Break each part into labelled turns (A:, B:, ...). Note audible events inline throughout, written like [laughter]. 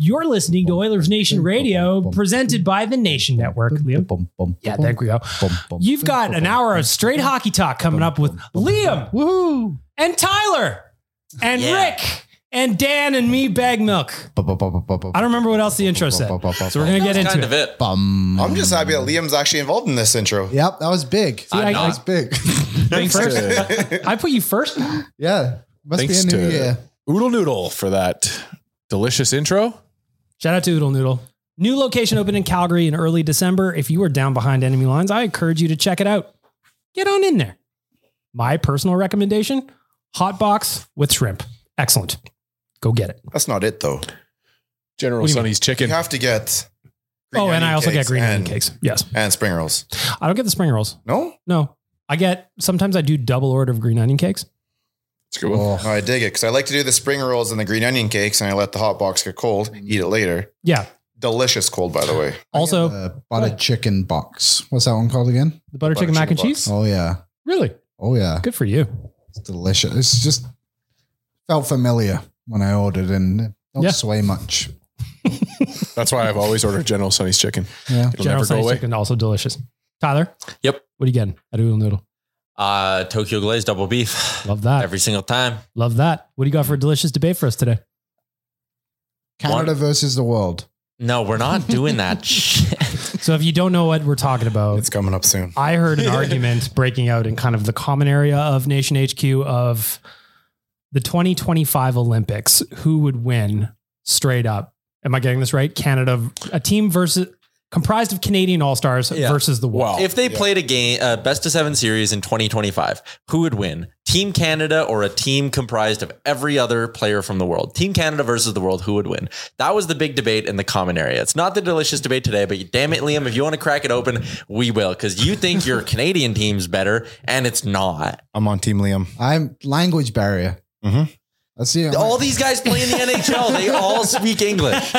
A: You're listening to Oilers Nation Radio, presented by the Nation Network. Liam. Yeah, there we go. You've got an hour of straight hockey talk coming up with Liam
B: Woohoo!
A: and Tyler and
C: Yeah.
A: Rick and Dan and me, Bag Milk. I don't remember what else the intro said. So we're going to get into it.
C: it.
B: Bum.
D: I'm just happy that Liam's actually involved in this intro.
B: [laughs] Yep, that was big.
A: See, I-
B: that was big. [laughs]
A: Thanks
E: Thanks
A: first.
E: to,
A: [laughs] I put you first. now?
B: yeah, must
E: thanks
B: be a new
E: to
B: year.
E: Oodle Noodle for that delicious intro.
A: Shout out to Oodle Noodle. New location opened in Calgary in early December. If you are down behind enemy lines, I encourage you to check it out. Get on in there. My personal recommendation hot box with shrimp. Excellent. Go get it.
D: That's not it though.
E: General
A: What do you
E: Sonny's
D: You
E: chicken.
D: have to get. green
A: oh, and
D: onion
A: I also get
D: cakes
A: green onion
D: and-
A: cakes. Yes.
D: and spring rolls.
A: I don't get the spring rolls.
D: No,
A: No. I get sometimes I do double order of green onion cakes.
E: It's a good
A: Oh.
E: one.
D: No, I dig it because I like to do the spring rolls and the green onion cakes, and I let the hot box get cold. Eat it later.
A: Yeah.
D: Delicious cold, by the way.
A: Also,
B: uh, bought a chicken box. What's that one called again?
A: the butter
D: butter
A: chicken mac and
D: chicken
A: cheese.
D: box.
B: Oh yeah,
A: Really?
B: oh yeah,
A: Good for you.
B: it's delicious. It's just felt familiar when I ordered and it don't
A: Yeah.
B: sway much.
E: That's why I've always ordered General Sonny's chicken.
B: Yeah,
E: It'll
A: General
E: never go
A: Tso's
E: away.
A: chicken also delicious. Tyler?
C: Yep.
A: What are you getting at Oodle Noodle?
C: Uh, Tokyo Glaze double
A: [laughs]
C: beef.
A: Love that.
C: Every single time.
A: Love that. What do you got for a delicious debate for us today?
B: Canada versus the world.
C: No, we're not doing that shit.
A: So if you don't know what we're talking about,
D: It's coming up soon.
A: I heard
D: [laughs]
A: an argument breaking out in kind of the common area of Nation HQ of the 2025 Olympics. Who would win straight up? Am I getting this right? Canada, a team versus comprised of Canadian all stars
C: Yeah.
A: versus the world.
E: Wow.
C: If they played a game, uh, best of seven series in 2025, who would win? Team Canada or a team comprised of every other player from the world? Team Canada versus the world, who would win? That was the big debate in the common area. It's not the delicious debate today, but damn it, Liam, if you want to crack it open, we will, because you think your Canadian team's better, and it's not.
D: I'm on Team Liam.
B: I'm language barrier.
E: Mm-hmm.
D: Mhm.
B: That's the
E: Oh.
C: All these guys play in the NHL, they all speak English.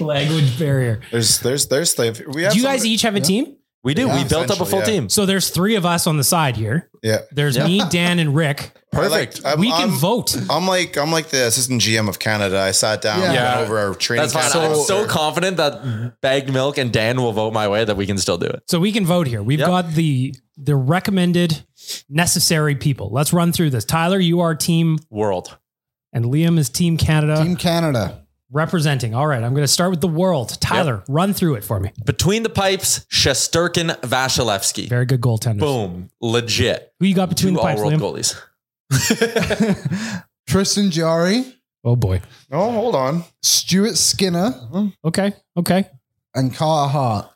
A: Language barrier.
D: There's, there's, there's. The, we have
A: Do you
D: some-
A: guys each have a team?
C: We do.
D: Yeah,
C: we built up a
D: essentially,
C: full
D: yeah.
C: team.
A: So there's three of us on the side here.
D: Yeah,
A: There's me, Dan, and Rick.
C: Perfect.
D: I like, I'm,
A: we can
D: I'm-
A: vote.
D: I'm like, I'm like the assistant GM of Canada. I sat down,
B: Yeah.
D: went
E: Yeah.
D: over our training.
C: That's fine.
D: camp.
C: I'm so confident that bagged milk and Dan will vote my way that we can still do it.
A: So we can vote here. We've
C: Yep.
A: got the the recommended necessary people. Let's run through this. Tyler, you are team
C: World.
A: and Liam is team Canada
B: Team
E: [laughs]
B: Canada.
A: representing. All right, I'm going to start with the world. Tyler, run through it for me.
C: Between the pipes, Shesterkin, Vasilevsky.
A: Very good goaltender.
C: Boom. Legit.
A: Who you got between
C: Two
A: the
C: all
A: pipes,
C: world
A: Liam?
C: goalies.
B: Tristan Jari
A: Oh boy.
D: No, hold on.
B: Stuart Skinner
A: Okay. Okay.
B: and Carter Hart.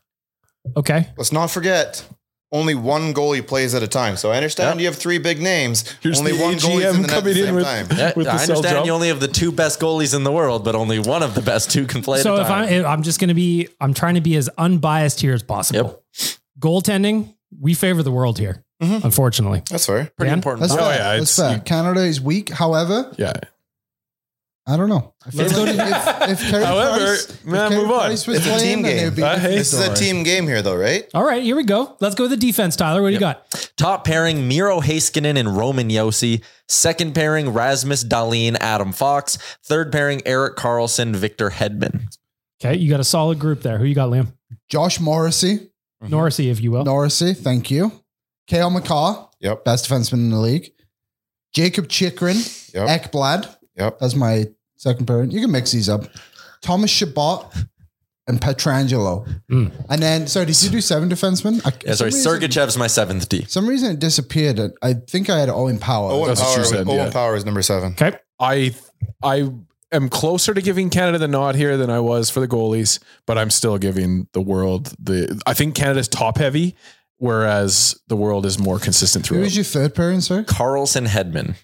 A: Okay.
D: Let's not forget. Only one goalie plays at a time. So I understand you have three big names.
E: Here's
D: only
E: the
D: one goalie's
E: AGM
D: in the net at the
E: coming in
D: same
E: with-
D: time.
F: That-
E: With the
F: I
E: cell
F: understand
E: jump.
F: you only have the two best goalies in the world, but only one of the best two can play
A: so
F: at a
A: if
F: time.
A: I'm, I'm just going to be, I'm trying to be as unbiased here as possible. Goaltending, we favor the world here,
D: Mhm.
A: unfortunately.
D: That's fair.
F: Mm-hmm. Pretty
A: Dan?
F: important.
B: That's
E: Oh,
B: fair.
E: yeah,
B: That's
E: it's-
B: fair.
E: you-
B: Canada is weak. However,
E: Yeah.
B: I don't know. If
A: Let's
B: everybody-
E: go to- [laughs]
B: if, if Carey
E: However,
B: Price, if
E: man,
B: Carey
E: move on.
B: Price was
D: It's a
B: playing,
D: team
B: then
D: game.
B: it'd be
E: I hate
B: different
D: This is a
B: story.
D: team game here, though, right?
A: All right, here we go. Let's go with the defense, Tyler. What do you got?
F: Top pairing, Miro Haskinen and Roman Yossi. Second pairing, Rasmus Dahlin, Adam Fox. Third pairing, Eric Carlson, Victor Hedman.
A: Okay. You got a solid group there. Who you got, Liam?
B: Josh Morrissey.
E: Mm-hmm.
A: Norrissey, if you will.
B: Norrissey, thank you. Kale McCarr,
D: Yep.
B: best defenseman in the league. Jacob Chikrin,
D: Yep.
B: Ekblad.
D: Yep.
B: That's my second parent. You can mix these up. Thomas Shabbat and Petrangelo.
D: Hmm.
A: Mm.
B: And then, sorry, did you do seven defensemen? I,
F: Yeah, sorry,
B: some reason-
F: Sergachev's my seventh D.
B: Some reason it disappeared. I think I had Owen Power.
D: Owen,
E: That's what
D: Power,
E: she said,
D: Owen
E: yeah.
D: Power is number seven.
A: Okay.
E: I I am closer to giving Canada the nod here than I was for the goalies, but I'm still giving the world the. I think Canada's top heavy, whereas the world is more consistent
B: Who
E: throughout.
B: was your third parent, sir?
F: Carlson Hedman.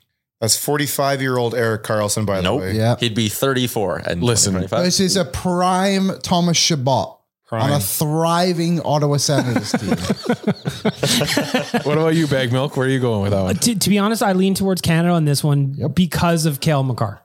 D: That's 45 year old Eric Carlson, by
F: Nope.
D: the way.
B: Yeah.
F: He'd be 34 and
E: Listen,
B: This is a prime Thomas Shabbat on a
D: Prime.
B: thriving Ottawa Senators team.
E: what about you, Bag Milk? Where are you going with that
A: Uh, [laughs]
E: one?
A: to, to be honest, I lean towards Canada on this one
B: Yep.
A: because of Kale McCarr.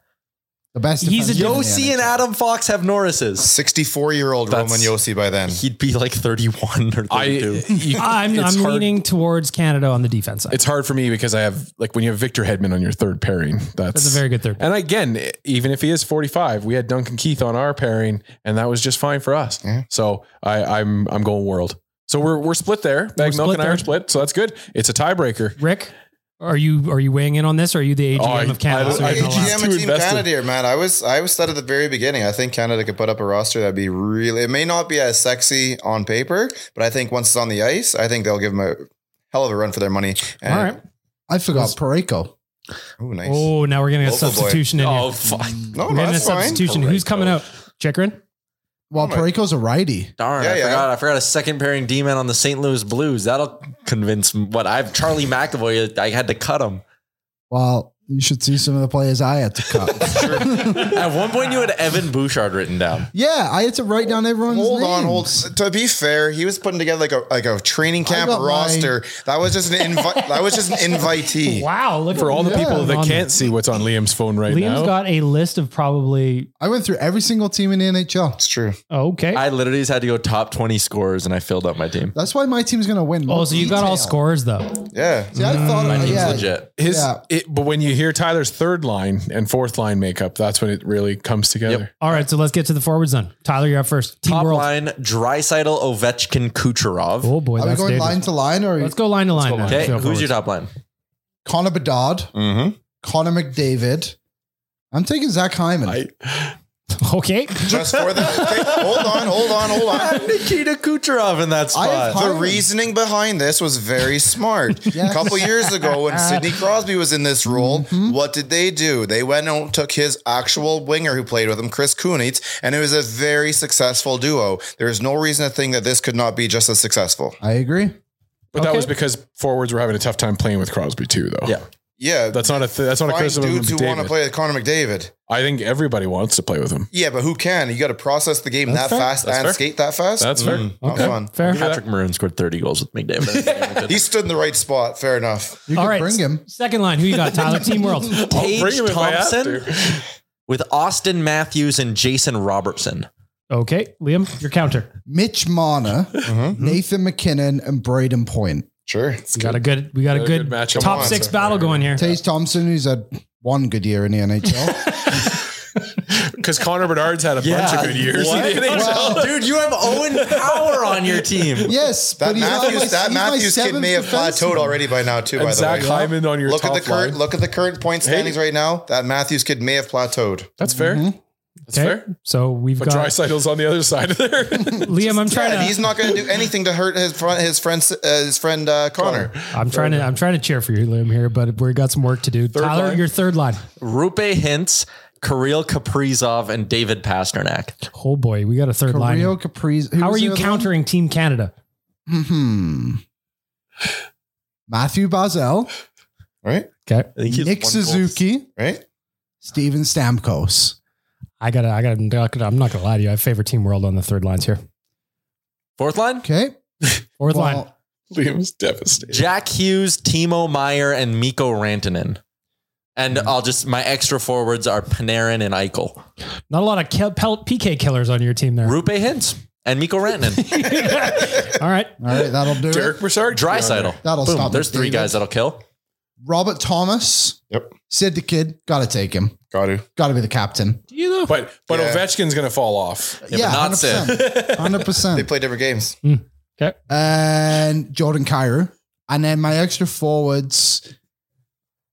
B: The best.
A: He's a
B: defenseman in the
F: Yossi and
B: NHL.
F: Adam Fox have Norris's.
D: 64 year old
F: That's-
D: Roman Yossi by then.
F: He'd be like 31 or 32.
E: I you-
A: I'm,
E: it's
A: I'm
E: hard-
A: leaning towards Canada on the defense side.
E: It's hard for me because I have like when you have Victor Hedman on your third pairing. That's,
A: That's a very good third.
E: And again, e, even if he is 45, we had Duncan Keith on our pairing, and that was just fine for us.
D: Yeah.
E: So I, I'm I'm going world. So we're we're split there. Bag
A: split
E: milk and I
A: there.
E: are split, so that's good. It's a tiebreaker.
A: Rick, are you are you weighing in on this or are you the AGM
E: Oh, I-
A: of Canada?
E: I-
A: So you're
E: I-
A: gonna allow-
D: GM
E: Wow. Too
D: and Team
E: invested.
D: Canada here, man. I was I was said at the very beginning. I think Canada could put up a roster that'd be really. It may not be as sexy on paper, but I think once it's on the ice, I think they'll give them a hell of a run for their money. And,
A: All right.
B: I forgot Pareko.
D: Oh, nice.
A: Oh, now we're getting a
D: Local boy.
A: substitution in here.
F: oh, fuck.
D: no,
A: we're
D: no,
A: getting a
D: that's fine.
A: substitution. Who's coming out? Chikrin?
B: Well, Pareko's a righty.
F: Darn,
D: Yeah,
F: I
D: yeah.
F: forgot. I forgot a second pairing D man on the St. Louis Blues. That'll convince what I've Charlie McAvoy. I had to cut him.
B: Well, you should see some of the players I had to cut.
F: At one point, you had Evan Bouchard written down.
B: yeah, I had to write down everyone's
D: Hold on,
B: names.
D: hold. To be fair, he was putting together like a like a training
B: I
D: camp
B: got
D: roster. That was just an invite. that was just an invitee.
A: Wow. Look
E: For all the
B: Yeah.
E: people that
A: On-
E: can't see what's on Liam's phone right
A: Liam's
E: now.
A: got a list of probably
B: I went through every single team in the NHL.
D: It's true.
A: okay.
F: [laughs] I literally just had to go top 20 scorers and I filled up my team.
B: That's why my team's going to win.
A: oh, so you got all
B: Detail.
A: scores though.
D: Yeah.
B: See, I thought
F: My team's
B: Oh, yeah,
F: legit.
E: his
B: Yeah.
E: it, but when you hear Tyler's third line and fourth line makeup, that's when it really comes together.
A: All right, so let's get to the forwards then. Tyler, you're up first. Team
F: Top
A: World.
F: line, Dreisaitl, Ovechkin, Kucherov.
A: Oh boy,
B: Are we
A: that's
B: going
A: dangerous.
B: line to line or
A: Let's go line to line. now. Let's
F: Okay,
A: go
F: who's
A: forwards.
F: your top line?
B: Connor Bedard,
D: Mm-hmm.
B: Connor McDavid? I'm taking Zach Hyman.
E: I,
A: Okay.
D: Just for the. Okay, hold on, hold on, hold on.
F: Nikita Kucherov in that
B: I have
F: spot.
B: Hyman.
D: The reasoning behind this was very smart.
B: Yes.
D: A couple years ago, when Sidney Crosby was in this role, what did they do? They went and took his actual winger who played with him, Chris Kunitz, and it was a very successful duo. There is no reason to think that this could not be just as successful.
B: I agree.
E: but that was because forwards were having a tough time playing with Crosby too, though.
F: Yeah.
D: Yeah,
E: That's not a th- that's not a
D: find
E: criticism.
D: dudes
E: Of
D: who want to
E: David.
D: play with Connor McDavid.
E: I think everybody wants to play with him.
D: Yeah, but who can? You got to process the game that
B: fair.
D: fast
E: That's
D: and
E: fair.
D: skate that fast.
E: That's fair.
D: not
A: Okay.
D: fun.
A: Fair.
F: Patrick Maroon scored 30 goals
B: [laughs]
F: with McDavid.
D: He stood in the right spot. Fair enough.
B: You
A: All
B: can
A: right.
B: bring him.
A: Second line, who you got? Tyler, Team World.
E: I'll bring
F: Tage
E: him if I have [laughs]
F: Thompson
E: to.
F: [laughs] with Austin Matthews and Jason Robertson.
A: Okay, Liam, your counter.
B: Mitch Marner,
D: Uh-huh.
B: Nathan McKinnon, and Braden Point.
D: Sure.
A: We got a good. We got a
E: Got a
A: good,
E: good matchup.
A: top
E: Come on,
A: six
E: sir.
A: battle going here.
B: Taze Thompson, who's had one good year in the
D: [laughs]
B: NHL.
E: Because Connor Bernard's had a bunch of good years. in the NHL.
B: Well-
F: Dude, you have
B: [laughs]
F: Owen Power on your team.
B: yes,
D: That
B: he's not my-
D: Matthews, that
B: he's my
D: Matthews kid
B: seventh
D: may have
B: defenseman.
D: plateaued already by now too. by
E: and
D: the
E: Zach
D: way,
E: Hyman on your
D: look at the
E: top
D: current
E: line.
D: look at the current point standings right now. That Matthews kid may have plateaued.
E: [laughs] That's fair. That's
A: Okay,
E: fair.
A: so we've
E: But
A: got
E: Drysaitel's on the other side of there. [laughs]
A: Liam. I'm trying
D: And
A: to.
D: he's not going to do anything to hurt his friend, his friend, uh, his friend uh, Connor.
A: I'm trying to. I'm trying to cheer for you, Liam, here, but we got some work to do. Tyler,
E: line.
A: your third line.
F: Rupe Hintz, Kirill Kaprizov and David Pasternak.
A: Oh boy, we got a third line.
B: Kirill Capriz.
A: How are you countering Team Canada?
B: Hmm. Matthew Bazel,
D: Right?
A: Okay,
F: I think he's
B: Nick
F: one goal.
B: Suzuki,
D: Right?
B: Steven Stamkos.
A: I gotta, I gotta. I'm not gonna lie to you. I favor Team World on the third lines here.
F: Fourth line:
B: Okay.
A: Fourth
B: Well,
A: line.
E: Liam's devastated.
F: Jack Hughes, Timo Meyer, and Miko Rantanen. And I'll just my extra forwards are Panarin and Eichel.
A: Not a lot of kill, pel- PK killers on your team there.
F: Rupe Hintz and Miko Rantanen.
A: All right,
B: All right, that'll do
E: Derek
B: it.
E: Broussard,
F: Drysidle.
B: That'll
F: Boom.
B: stop
F: There's
B: it,
F: three
B: David.
F: guys that'll kill.
B: Robert Thomas.
D: Yep.
B: Sid the kid. Got to take him.
D: Got to.
B: Got to be the captain.
E: But but
D: Yeah.
E: Ovechkin's gonna fall off.
F: Yeah, but not [laughs]
B: Hundred
D: They
B: percent.
D: play different games.
B: And Jordan Cairo. And then my extra forwards.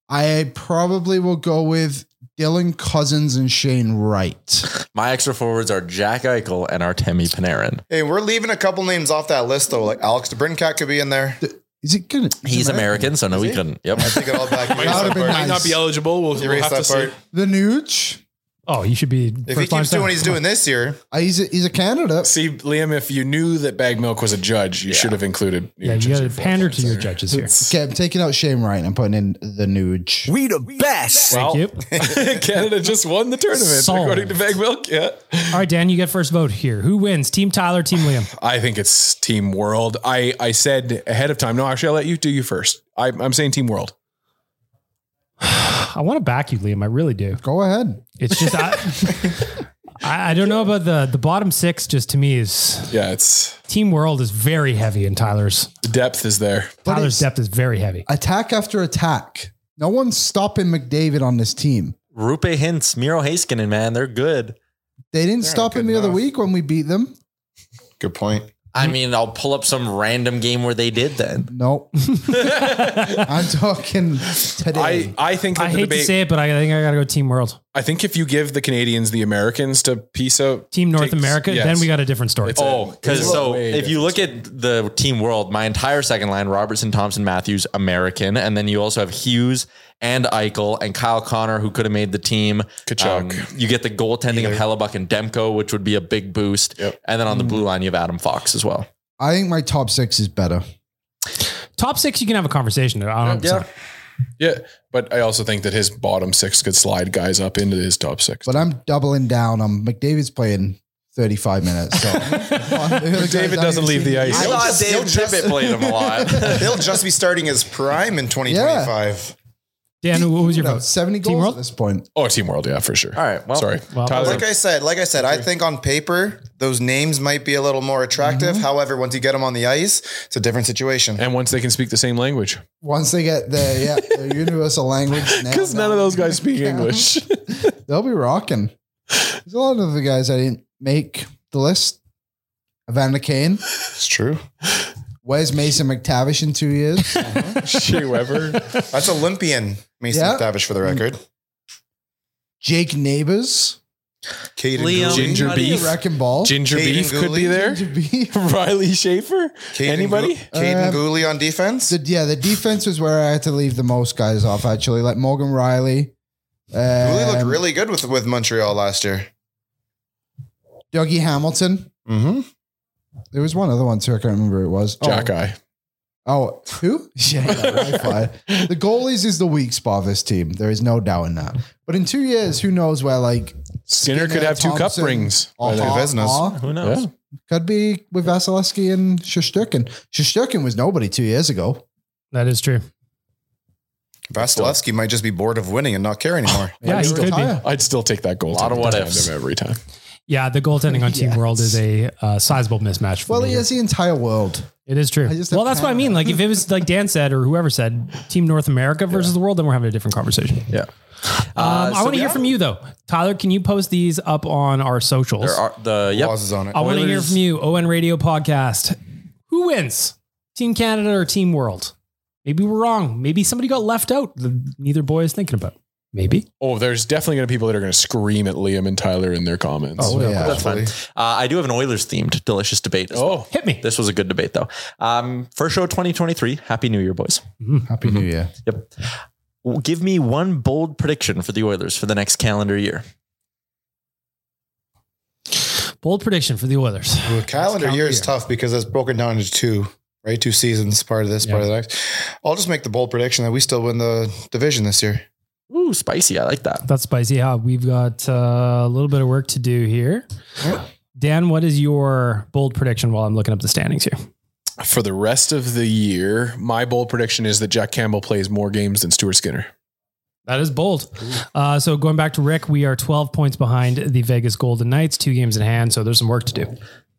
B: I probably will go with Dylan Cousins and Shane Wright.
F: My extra forwards are Jack Eichel and Artemi Panarin.
D: Hey, we're leaving a couple names off that list though. Like Alex DeBrincat could be in there.
B: Is it good?
F: He's American, so no, we couldn't. Yep.
D: I think it all
E: [laughs]
D: back.
B: That would've
D: Erase that
B: been
D: part.
B: nice.
E: Might not be eligible. We'll, we'll
D: Erase
E: have to
D: that
E: see.
D: part.
B: The Nooch.
A: Oh, you should be.
D: If he keeps doing what he's doing this year,
B: Uh, he's a, he's a candidate.
E: See, Liam, if you knew that Bag Milk was a judge, you should have included.
A: yeah, you got to pander to your judges
D: [laughs]
A: here.
B: Okay, I'm taking out Shane Wright. and I'm putting in the Nooch.
G: We the best.
E: Well,
A: Thank
E: [laughs] Canada just won the tournament,
A: Solved.
E: according to Bag Milk. Yeah,
A: All right, Dan, you get first vote here. Who wins? Team Tyler, Team Liam.
E: I think it's Team World. I I said ahead of time. No, actually, I'll let you do you first. I, I'm saying Team World.
A: I want to back you, Liam. I really do.
B: Go ahead.
A: It's just I, I, [laughs] I don't know about the the bottom six. Just to me is
E: Yeah, it's
A: Team World is very heavy, and Tyler's
E: the depth is there.
B: But
A: Tyler's
B: it's
A: depth is very heavy.
B: attack after attack. No one's stopping McDavid on this team.
F: Rupe Hintz, Miro Haskinen, man, they're good.
B: They didn't
D: They're
B: stop
D: good
B: him the other
D: enough.
B: week when we beat them.
D: good point.
F: I mean, I'll pull up some random game where they did then.
E: [laughs]
B: No, I'm talking
E: I,
B: today.
E: I think that
A: I
E: the
A: hate
E: debate,
A: to say it, but I think I got to go Team World,
E: I think if you give the Canadians the Americans to piece out
A: Team North
E: Takes-
A: America.
E: yes.
A: Then we got a different story.
E: It's a-
F: Oh, because
E: it's a
F: so
E: way
F: if you look at the team world, my entire second line, Robertson, Thompson, Matthews, American, and then you also have Hughes and Eichel and Kyle Connor, who could have made the team. Um,
E: Kachuk.
F: you get the goaltending of Hellebuck and Demko, which would be a big boost.
E: Yep. Mm.
F: And then on the blue line, you have Adam Fox as well.
B: I think my top six is better.
A: Top six, you can have a conversation. I don't know.
E: yeah, but I also think that his bottom six could slide guys up into his top six.
B: But I'm doubling down on McDavid's playing 35 minutes.
E: [laughs]
B: So McDavid
E: David doesn't leave the ice.
F: I
D: He'll
F: thought
D: just-
F: Dave
D: he'll just-
F: Tippett played him a
D: [laughs]
F: lot.
D: He'll just be starting his prime in 2025.
A: Dan, what was your vote?
B: 70
A: Team
B: goals
A: World?
B: at this point.
E: Oh, Team World, yeah, for sure.
F: All right, well-
E: sorry,
A: Well,
E: Tyler.
D: Like I said, like I said, I think on paper those names might be a little more attractive. However, once you get them on the ice, it's a different situation.
E: and once they can speak the same language,
B: Once they get the, yeah,
E: [laughs]
B: the universal language nailed
E: because none of
B: down,
E: those
B: [laughs]
E: guys speak
F: [laughs]
E: English.
B: They'll be rocking. There's a lot of the guys I didn't make the list. Evander Kane.
D: It's true.
B: Where's Mason McTavish in two
E: [laughs]
B: years?
F: [laughs]
E: Whoever.
D: That's Olympian Mason
B: Yeah.
D: McTavish for the record.
B: Jake Neighbors.
D: Caden
F: Liam,
D: Gooley.
E: Ginger
F: how do you
E: beef.
F: rank-
B: Wrecking Ball.
E: Ginger
D: Caden
E: Beef could be
D: Gooley.
E: there.
B: Ginger Beef.
E: [laughs] Riley Schaefer.
D: Caden
E: Anybody?
D: Goo- Caden
B: Um,
D: Gooley on defense.
B: The- yeah, the defense was where I had to leave the most guys off, actually. Like Morgan Riley. Um,
D: Gooley looked really good with with Montreal last year.
B: Dougie Hamilton.
D: Mm-hmm.
B: There was one other one, too. I can't remember who it was. Oh,
E: Jack Eye.
B: Oh, who? [laughs] Yeah, yeah, Wi-Fi. the goalies is the weak spot of this team. There is no doubt in that. But in two years, who knows where, like,
E: Skinner could have two cup
B: Thompson,
E: rings.
B: Aho-
D: Or Vesnas.
B: Aho-
F: Who knows?
E: Yeah.
B: Could be with Vasilevsky and Shosturkin. Shosturkin was nobody two years ago.
A: That is true.
D: Vasilevsky might just be bored of winning and not care anymore.
A: Yeah, he
B: Still
A: could be.
B: higher.
E: I'd still take that goal. A
F: lot of what ifs.
E: every time.
A: Yeah, the goaltending on Team
B: Yes.
A: World is a uh, sizable mismatch. For
B: Well,
A: me
B: he
A: here.
B: has the entire world.
A: It is true.
B: I just
A: Well,
B: have
A: that's what I mean. Like if it was like Dan said or whoever said Team North America versus the world, then we're having a different conversation.
F: Yeah. Uh,
A: Um, I want to hear from you though, Tyler. Can you post these up on our socials?
F: [laughs] There are the yep.
D: Pauses on it.
A: I want to hear
F: Oilers.
A: from you, ON Radio Podcast. Who wins, Team Canada or Team World? Maybe we're wrong. Maybe somebody got left out. that Neither boy is thinking about. Maybe.
E: Oh, there's definitely going to be people that are going to scream at Liam and Tyler in their comments.
B: Oh, yeah.
F: That's fine. Uh, I do have an Oilers themed delicious debate. As well.
E: Oh,
A: Hit me.
F: This was a good debate
A: Mm-hmm.
F: though. Um, first show 2023. Happy New Year, boys.
B: Happy New Year.
F: Yep. W- Give me one bold prediction for the Oilers for the next calendar year.
A: Bold prediction for the Oilers.
D: Calendar year is
B: year.
D: tough because it's broken down into two, right? Two seasons, part of this, part of the next. I'll just make the bold prediction that we still win the division this year.
F: Ooh, spicy. I like that.
A: That's spicy. Huh? We've got uh, a little bit of work to do here. Dan, what is your bold prediction while I'm looking up the standings here?
E: For the rest of the year, my bold prediction is that Jack Campbell plays more games than Stuart Skinner.
A: That is bold. Uh, so going back to Rick, we are 12 points behind the Vegas Golden Knights, two games in hand. So there's some work to do.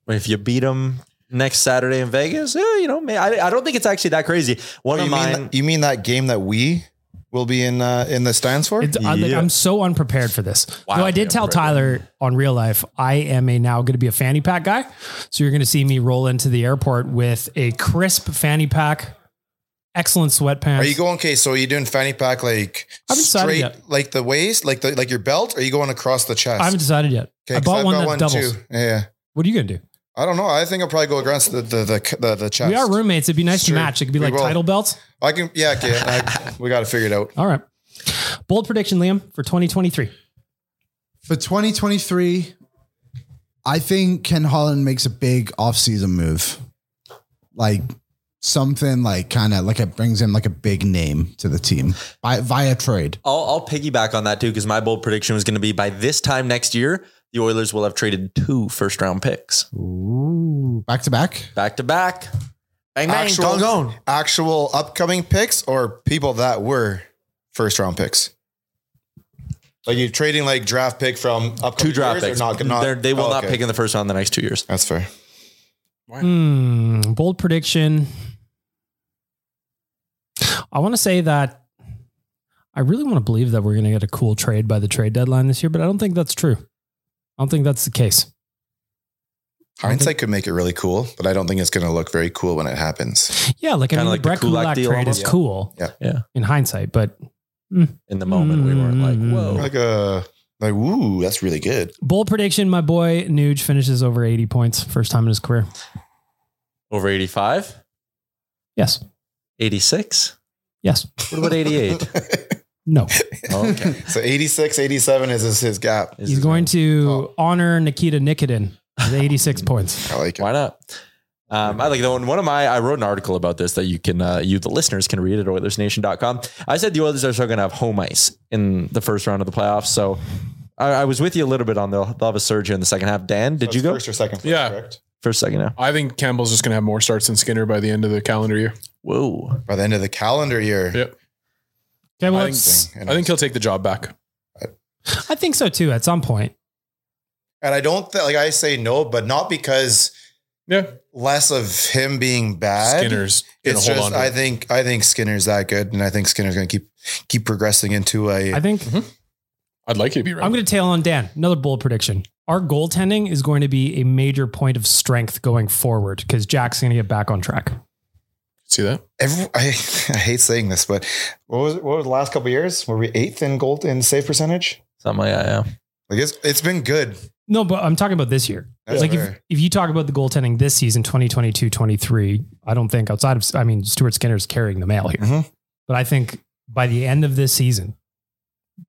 F: If you beat them next Saturday in Vegas, eh, you know, may- I, I don't think it's actually that crazy. One
D: you,
F: of
D: mean
F: mine.
D: that, you mean that game that we will be in uh, in the stands for?
A: It's, I'm, like,
F: Yeah.
A: I'm so unprepared for this. Though I did tell Tyler on real life, I am a now going to be a fanny pack guy. So you're going to see me roll into the airport with a crisp fanny pack, excellent sweatpants.
D: Are you going? Okay, so are you doing fanny pack like
A: I haven't decided
D: straight,
A: yet.
D: like the waist, like the like your belt? Or are you going across the chest?
A: I haven't decided yet. I
D: 'cause
A: bought
D: I've
A: one that
D: got
A: doubles.
D: Yeah,
A: What are you going to do?
D: I don't know. I think I'll probably go against the the the, the, the chest.
A: We are roommates. It'd be nice
D: Sure.
A: to match. It could be
D: We
A: like
D: will.
A: title belts.
D: I can. Yeah, okay. I, we got to figure it out.
A: All right. Bold prediction, Liam, for 2023.
B: For 2023, I think Ken Holland makes a big offseason move. Like something like kind of like it brings in like a big name to the team by, via trade.
F: I'll, I'll piggyback on that too because my bold prediction was going to be by this time next year, the Oilers will have traded two first round picks
B: Ooh. Back to back.
F: back to back. Bang, bang,
D: Actual-
F: gone, gone.
D: Actual upcoming picks or people that were first round picks? Like you trading like draft pick from up
F: Two draft picks.
D: Not, not,
F: They're- they will
D: oh,
F: not
D: okay.
F: pick in the first round the next two years.
D: That's fair.
A: Hmm, bold prediction. I want to say that I really want to believe that we're going to get a cool trade by the trade deadline this year, but I don't think that's true. I don't think that's the case.
D: Hindsight could make it really cool, but I don't think it's going to look very cool when it happens.
A: Yeah, like I
F: Kinda
A: mean,
F: like
A: the Brett
F: the Kulak
A: Kulak,
F: deal
A: trade is
F: almost.
A: cool
D: Yeah.
F: Yeah.
A: in hindsight, but
F: In the moment, we weren't like,
A: Mm.
F: whoa.
D: Like a like, ooh, that's really good.
A: bold prediction. My boy Nuge finishes over 80 points, first time in his career.
F: Over 85,
A: Yes.
F: 86.
A: Yes.
F: What about 88?
A: [laughs] No.
F: okay.
D: [laughs] So 86, 87 is his, his gap.
F: This
A: Oh, He's
F: is-
A: going to honor Nikita Nikitin with 86 points.
D: I like it.
F: Why not? Um, I like the one. One of my, I wrote an article about this that you can, uh, you the listeners can read at OilersNation.com. I said the Oilers are still going to have home ice in the first round of the playoffs. So I, I was with you a little bit on the they'll have a surge here in the second half. Dan, did
D: That's
F: you go
D: first or second? place,
E: Yeah.
D: correct?
F: first second half?
E: I think Campbell's just going to have more starts than Skinner by the end of the calendar year.
F: Whoa,
D: By the end of the calendar year,
E: Yep.
A: Okay, well,
E: I
A: it's-
E: I think he'll take the job back.
A: I think so too at some point.
D: and I don't th- like I say no, but not because
E: Yeah.
D: less of him being bad.
E: Skinner's going
D: It's
E: to hold on
D: just
E: to
D: I
E: it.
D: think I think Skinner's that good, and I think Skinner's going to keep keep progressing into a.
A: I think
E: I'd like you to be right.
A: I'm going to tail on Dan. Another bold prediction. Our goaltending is going to be a major point of strength going forward because Jack's going to get back on track.
E: See that?
D: every, I, [laughs] I hate saying this, but what was what was the last couple of years? Were we eighth in gold in save percentage?
F: something like that. Yeah.
D: Like it's it's been good.
A: No, but I'm talking about this year.
D: That's
A: like if,
D: fair.
A: if you talk about the goaltending this season, 2022, 23, I don't think outside of, I mean, Stuart Skinner's carrying the mail here.
D: Mhm.
A: But I think by the end of this season,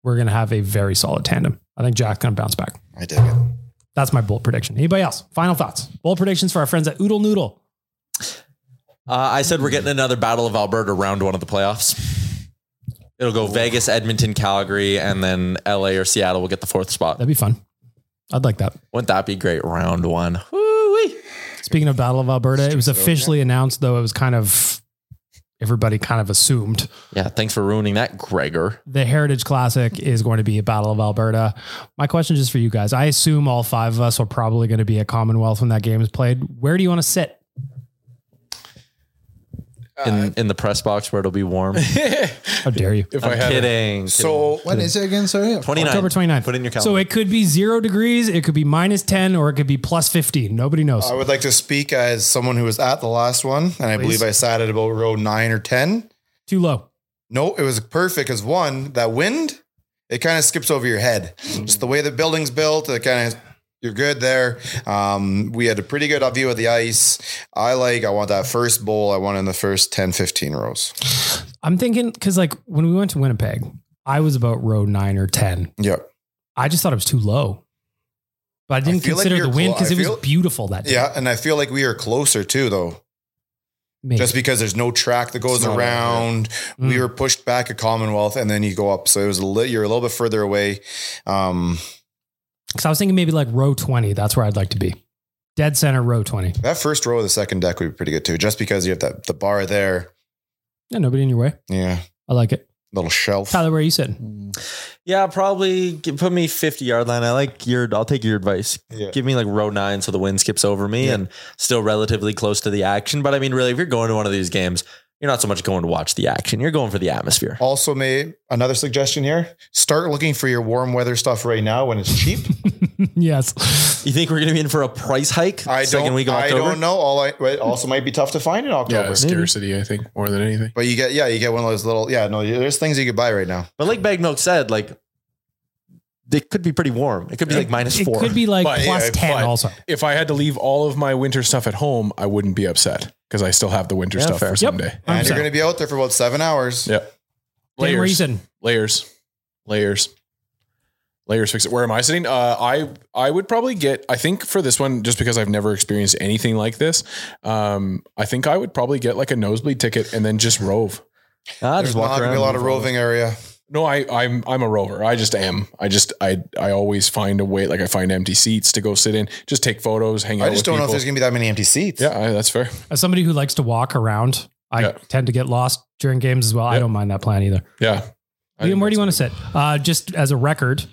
A: we're going to have a very solid tandem. I think Jack's going to bounce back.
D: I dig it.
A: That's my bold prediction. Anybody else? Final thoughts? Bold predictions for our friends at Oodle Noodle.
F: Uh, I said we're
A: Hmm.
F: getting another Battle of Alberta round one of the playoffs. It'll go Vegas, Edmonton, Calgary, and then LA or Seattle will get the fourth spot.
A: That'd be fun. I'd like that.
F: Wouldn't that be great? Round one. Woo-wee.
A: Speaking of Battle of Alberta, it was officially announced, though it was kind of everybody kind of assumed
F: Yeah. Thanks for ruining that, Gregor.
A: the Heritage Classic is going to be a Battle of Alberta. My question is just for you guys. I assume all five of us are probably going to be at Commonwealth when that game is played. Where do you want to sit?
F: in in the press box where it'll
A: [laughs]
F: be warm.
A: How dare you?
E: If i
F: I'm
E: had a-
F: kidding.
D: So
B: When is it again? Sorry.
F: 29.
A: October 29th.
F: Put in your
A: So
F: calendar.
A: it could be zero degrees, it could be minus 10, or it could be plus 15. Nobody knows.
D: I would like to speak as someone who was at the last one, and I
A: Please.
D: believe I sat at about row nine or ten.
A: Too low.
D: No, it was perfect because one, that wind, it kind of skips over your head. Just the way the building's built, it kind of you're good there. Um, we had a pretty good view of the ice. I like, I want that first bowl. I want in the first 10, 15 rows.
A: I'm thinking because like when we went to Winnipeg, I was about row nine or ten.
D: Yeah.
A: I just thought it was too low, but I didn't
D: feel like
A: consider
D: you're
A: the wind
D: clo- I
A: because it
D: feel-
A: was beautiful that day.
D: Yeah. And I feel like we are closer too, though,
A: Maybe.
D: just because there's no track that goes
E: It's not out there.
D: around. We
A: Mm.
D: were pushed back at Commonwealth and then you go up. So it was a little, you're a little bit further away. Um,
A: Because I was thinking maybe like row 20. That's where I'd like to be. Dead center, row 20.
D: that first row of the second deck would be pretty good too, just because you have that, the bar there.
A: Yeah, nobody in your way.
D: Yeah.
A: I like it.
D: Little shelf.
A: Tyler, where are you sitting? [laughs]
F: Yeah, probably g- put me 50 yard line. I like your, I'll take your advice.
D: Yeah.
F: Give me like row nine so the wind skips over me
D: Yeah.
F: and still relatively close to the action. But I mean, really, if you're going to one of these games, you're not so much going to watch the action, you're going for the atmosphere.
D: Also, may another suggestion here: start looking for your warm weather stuff right now when it's cheap.
A: yes.
F: You think we're going to be in for a price hike?
D: I
F: second
D: don't.
F: week of
D: I
F: October?
D: don't know. All I it also might be tough to find in October.
E: Yeah, scarcity, I think, more than anything.
D: But you get yeah, you get one of those little yeah. No, there's things you could buy right now.
F: But like Bag Milk said, like it could be pretty warm. It could be like minus
A: It
F: four.
A: could be like
E: But,
A: plus
E: yeah,
A: 10
E: but-
A: also.
E: If I had to leave all of my winter stuff at home, I wouldn't be upset because I still have the winter
F: Yeah,
E: stuff
F: fair.
E: for
A: Yep.
E: someday.
D: And
A: 100%.
D: you are going to be out there for about seven hours.
E: Yeah.
A: Dan, where are you sitting?
E: layers, layers, layers. Fix it. Where am I sitting? Uh, I I would probably get. I think for this one, just because I've never experienced anything like this, um, I think I would probably get like a nosebleed ticket and then just rove.
F: Ah,
D: There's
F: just
D: not
F: walk
D: going to
F: around.
D: be a lot of roving area.
E: No, I I'm I'm a rover. I just am. I just I I always find a way. Like I find empty seats to go sit in, just take photos, hang out.
D: I just
E: with
D: don't know if
E: people.
D: there's going to be that many empty seats.
E: Yeah, I, that's fair.
A: As somebody who likes to walk around, I
E: Yeah.
A: tend to get lost during games as well. I
E: Yep.
A: don't mind that plan either.
E: Yeah. I
A: Liam,
E: think
A: where do you want to
E: that's
A: sit? Uh, just as a record,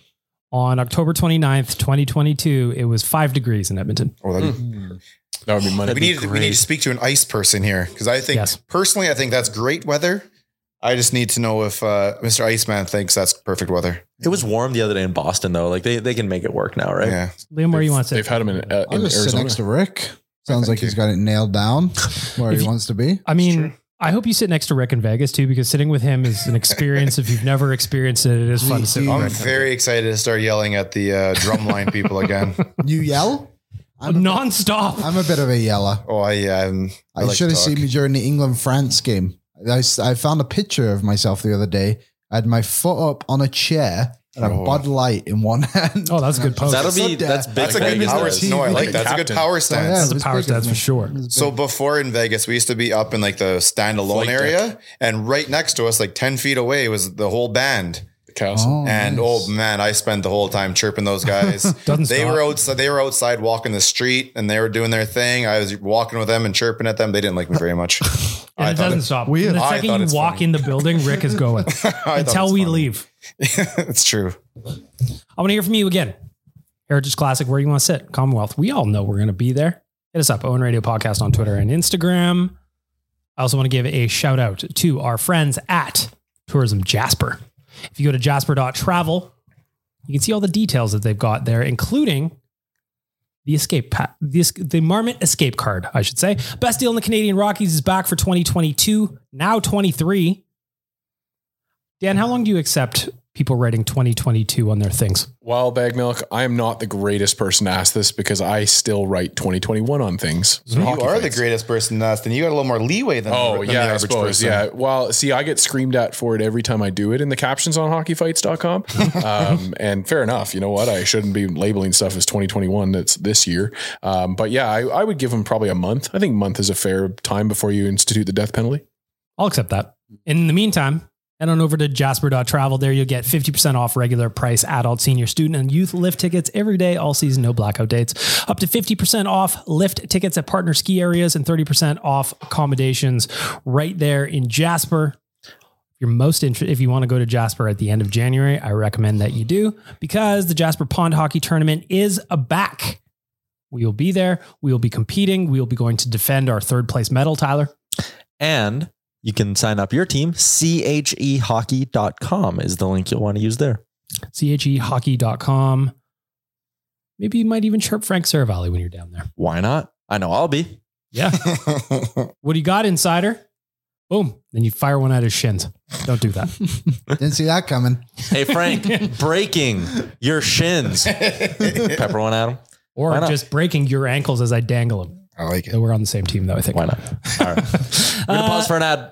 A: on October 29th, 2022, it was five degrees in Edmonton.
D: Oh, that'd be-
E: That would be money.
D: we need we need to speak to an ice person here because I think
A: Yes.
D: personally I think that's great weather. I just need to know if uh, Mr. Iceman thinks that's perfect weather.
F: It was warm the other day in Boston, though. Like they, they can make it work now, right?
D: Yeah.
A: Liam, where do you want to sit?
E: They've had them in, uh,
B: I'll
E: in
B: just sit
E: Arizona.
B: next to Rick. Sounds like
D: Thank
B: he's
D: you.
B: got it nailed down where
A: If
B: he
A: you-
B: wants to be.
A: I mean, I hope you sit next to Rick in Vegas too, because sitting with him is an experience. if you've never experienced it, it is
E: [laughs]
A: fun to sit.
B: He-
A: with
D: I'm
A: Rick.
D: very excited to start yelling at the uh, drumline people again.
B: You yell? I'm a-
A: nonstop.
B: I'm a bit of a yeller.
D: Oh, yeah. I'm,
B: I should have seen me during the England France game. I, s- I found a picture of myself the other day. I had my foot up on a chair and a
D: Oh.
B: Bud Light in one [laughs] hand.
A: oh, that's a good
B: And I
A: pose.
B: was
F: That'll
B: just
F: be-
B: stood there.
F: that's big
D: That's a
F: Like
D: good
F: Vegas
D: power.
F: does.
D: No, I
B: TV.
D: like that. That's a good
E: Captain.
D: power
B: So, yeah,
D: stance.
B: it was
A: power
B: big
A: stance
B: of me.
A: for sure.
B: It was big.
D: So before in Vegas, we used to be up in like the standalone
E: Flight deck.
D: area, and right next to us, like ten feet away, was the whole band.
E: The castle.
D: and
B: nice.
D: [laughs] oh man, I spent the whole time chirping those guys. [laughs]
A: Doesn't
D: they
A: stop.
D: were outside. They were outside walking the street, and they were doing their thing. I was walking with them and chirping at them. They didn't like me very [laughs] much.
A: and
D: I
A: it
D: thought
A: doesn't
D: it-
A: stop.
B: Weird.
A: The
D: I
A: second
D: thought
A: you
D: it's
A: walk
D: funny.
A: in the building, Rick is going
D: [laughs] I thought it
A: until
D: was
A: we
D: funny.
A: leave.
D: [laughs] it's true.
A: I want to hear from you again. Heritage Classic, where do you want to sit? Commonwealth. We all know we're going to be there. Hit us up, Owen Radio Podcast on Twitter and Instagram. I also want to give a shout out to our friends at Tourism Jasper. If you go to jasper.travel, you can see all the details that they've got there, including the escape pa- the, es- the marmot escape card, I should say. Best deal in the Canadian Rockies is back for 2022, now 23. Dan, how long do you accept people writing 2022 on their things?
E: While bag milk, I am not the greatest person to ask this because I still write 2021 on things.
D: You are the greatest person to ask, and you got a little more leeway than
E: Oh
D: than
E: yeah, I suppose.
D: person.
E: Yeah. Well, see, I get screamed at for it every time I do it in the captions on
B: [laughs]
E: hockeyfights.com. um, and fair enough. You know what? I shouldn't be labeling stuff as 2021. That's this year. Um, but yeah, I, I would give them probably a month. I think month is a fair time before you institute the death penalty.
A: I'll accept that. In the meantime, head on over to jasper.travel. There you'll get 50% off regular price adult, senior, student, and youth lift tickets every day, all season, no blackout dates. Up to 50% off lift tickets at partner ski areas and 30% off accommodations right there in Jasper. If you're most interested, if you want to go to Jasper at the end of January, I recommend that you do because the Jasper Pond Hockey Tournament is a back. We will be there. We will be competing. We will be going to defend our third place medal, Tyler.
F: And you can sign up your team. E Chehockey.com is the link you'll want to use there.
A: E chehockey.com. Maybe you might even chirp Frank Saravali when you're down there.
F: Why not? I know I'll be. [laughs]
A: Yeah. what do you got, insider? Boom. Then you fire one at his shins. Don't do that.
B: [laughs]
F: [laughs]
B: Didn't see that coming.
F: Hey, Frank, breaking your shins. Pepper one, Adam.
A: Or
F: Why not?
A: just breaking your ankles as I dangle them.
D: I like
A: [laughs]
D: it.
A: Though we're on the same team, though, I think.
F: Why not? All right. We're going to
A: Uh,
F: pause for an ad.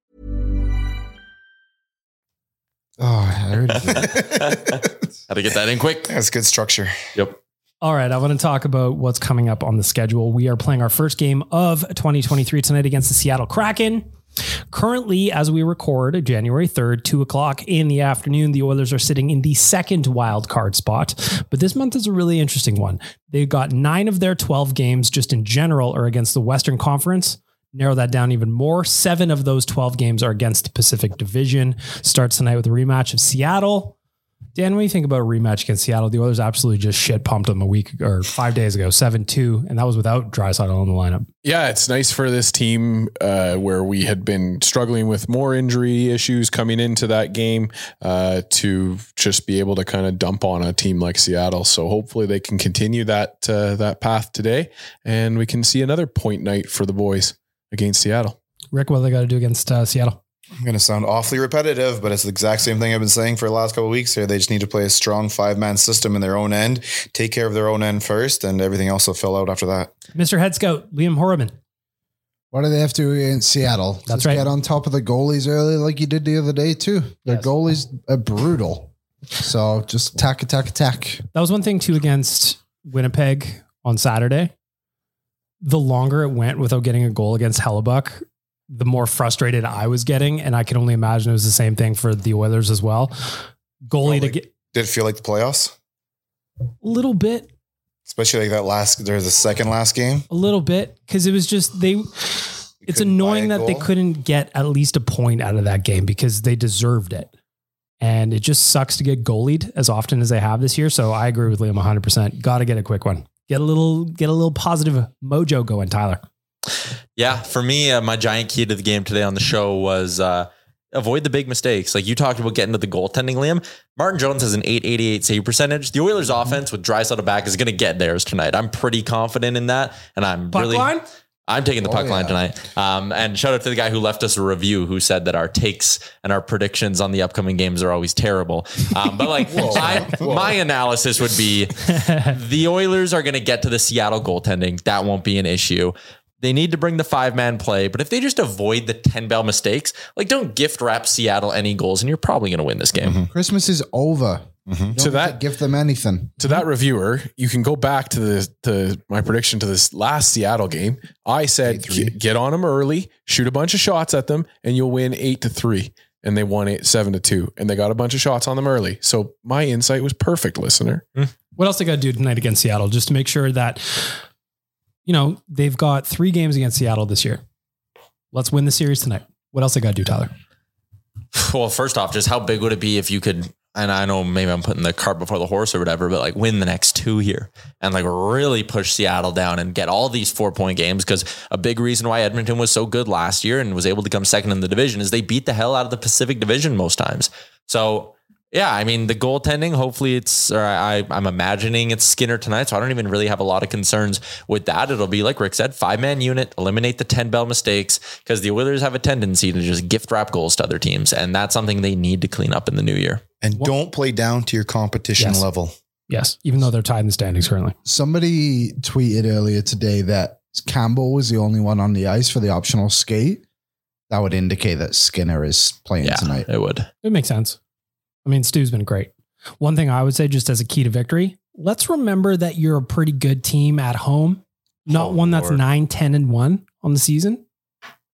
B: Oh, I already did.
F: Had to get that in quick.
D: That's good structure.
F: Yep.
A: All right, I want to talk about what's coming up on the schedule. We are playing our first game of 2023 tonight against the Seattle Kraken. Currently, as we record January 3rd, 2 o'clock in the afternoon, the Oilers are sitting in the second wild card spot. But this month is a really interesting one. They've got nine of their 12 games just in general are against the Western Conference. Narrow that down even more. Seven of those 12 games are against the Pacific Division. Starts tonight with a rematch of Seattle. Dan, what do you think about a rematch against Seattle? The Oilers absolutely just shit pumped them a week or five days ago, 7 2, and that was without Drysaddle in the lineup.
E: Yeah, it's nice for this team uh, where we had been struggling with more injury issues coming into that game uh, to just be able to kind of dump on a team like Seattle. So hopefully they can continue that uh, that path today, and we can see another point night for the boys against Seattle.
A: Rick, what do they got to do against uh, Seattle?
D: I'm going to sound awfully repetitive, but it's the exact same thing I've been saying for the last couple of weeks here. They just need to play a strong five man system in their own end, take care of their own end first, and everything else will fill out after that.
A: Mr. Head Scout, Liam Horriman.
B: What do they have to do in Seattle?
A: That's right.
B: Get on top of the goalies early, like you did the other day too. Their
A: Yes.
B: goalies are brutal. So just attack, attack, attack.
A: That was one thing, too, against Winnipeg on Saturday. The longer it went without getting a goal against Hellebuck, the more frustrated I was getting. And I can only imagine it was the same thing for the Oilers as well. Goalie to
D: Goalie.
A: get
D: Did it feel like the playoffs?
A: a little bit
D: Especially like that last, there's the second last game.
A: a little bit because it was just they. It's
D: couldn't
A: annoying
D: buy a
A: that they
D: goal.
A: couldn't get at least a point out of that game because they deserved it. And it just sucks to get goalied as often as they have this year. So I agree with Liam 100%. Got to get a quick one. Get a little get a little positive mojo going, Tyler.
F: Yeah, for me, uh, my giant key to the game today on the show was uh, avoid the big mistakes. Like you talked about getting to the goaltending, Liam. Martin Jones has an 888 save percentage. The Oilers' offense with Drysdale back is going to get theirs tonight. I'm pretty confident in that, and I'm
A: Puck
F: really.
A: line?
F: I'm taking the
B: Oh,
F: puck line
B: yeah.
F: tonight. Um, and shout out to the guy who left us a review who said that our takes and our predictions on the upcoming games are always terrible. Um, but
B: [laughs]
F: like my, my analysis would be the Oilers are going to get to the Seattle goaltending. That won't be an issue. They need to bring the five man play, but if they just avoid the 10 bell mistakes, like don't gift wrap Seattle any goals and you're probably going to win this game.
B: Mm-hmm. Christmas is over. You
E: To
B: don't have
E: that-
B: give them anything.
E: to that reviewer, you can go back to the to my prediction to this last Seattle game. I said
B: Eight-three.
E: "Get- get on them early, shoot a bunch of shots at them, and you'll win eight to three. And they won eight seven to two, and they got a bunch of shots on them early. So my insight was perfect, listener.
A: What else they got to do tonight against Seattle just to make sure that you know, they've got 3 games against Seattle this year. Let's win the series tonight. What else they got to do, Tyler?
F: [laughs] Well, first off, just how big would it be if you could? And I know maybe I'm putting the cart before the horse or whatever, but like win the next two here and like really push Seattle down and get all these four point games. Cause a big reason why Edmonton was so good last year and was able to come second in the division is they beat the hell out of the Pacific division most times. So Yeah, I mean the goaltending. Hopefully, it's or I, I'm imagining it's Skinner tonight, so I don't even really have a lot of concerns with that. It'll be like Rick said, five man unit, eliminate the ten bell mistakes because the Oilers have a tendency to just gift wrap goals to other teams, and that's something they need to clean up in the new year.
D: And
A: What-
D: don't play down to your competition
A: Yes.
D: level.
A: Yes, even though they're tied in the standings currently.
B: Somebody tweeted earlier today that Campbell was the only one on the ice for the optional skate. That would indicate that Skinner is playing
F: Yeah,
B: tonight.
F: it would.
A: It makes sense. I mean, Stu's been great. One thing I would say, just as a key to victory, let's remember that you're a pretty good team at home, not
F: Oh,
A: one that's
F: Lord.
A: 9, 10, and 1 on the season.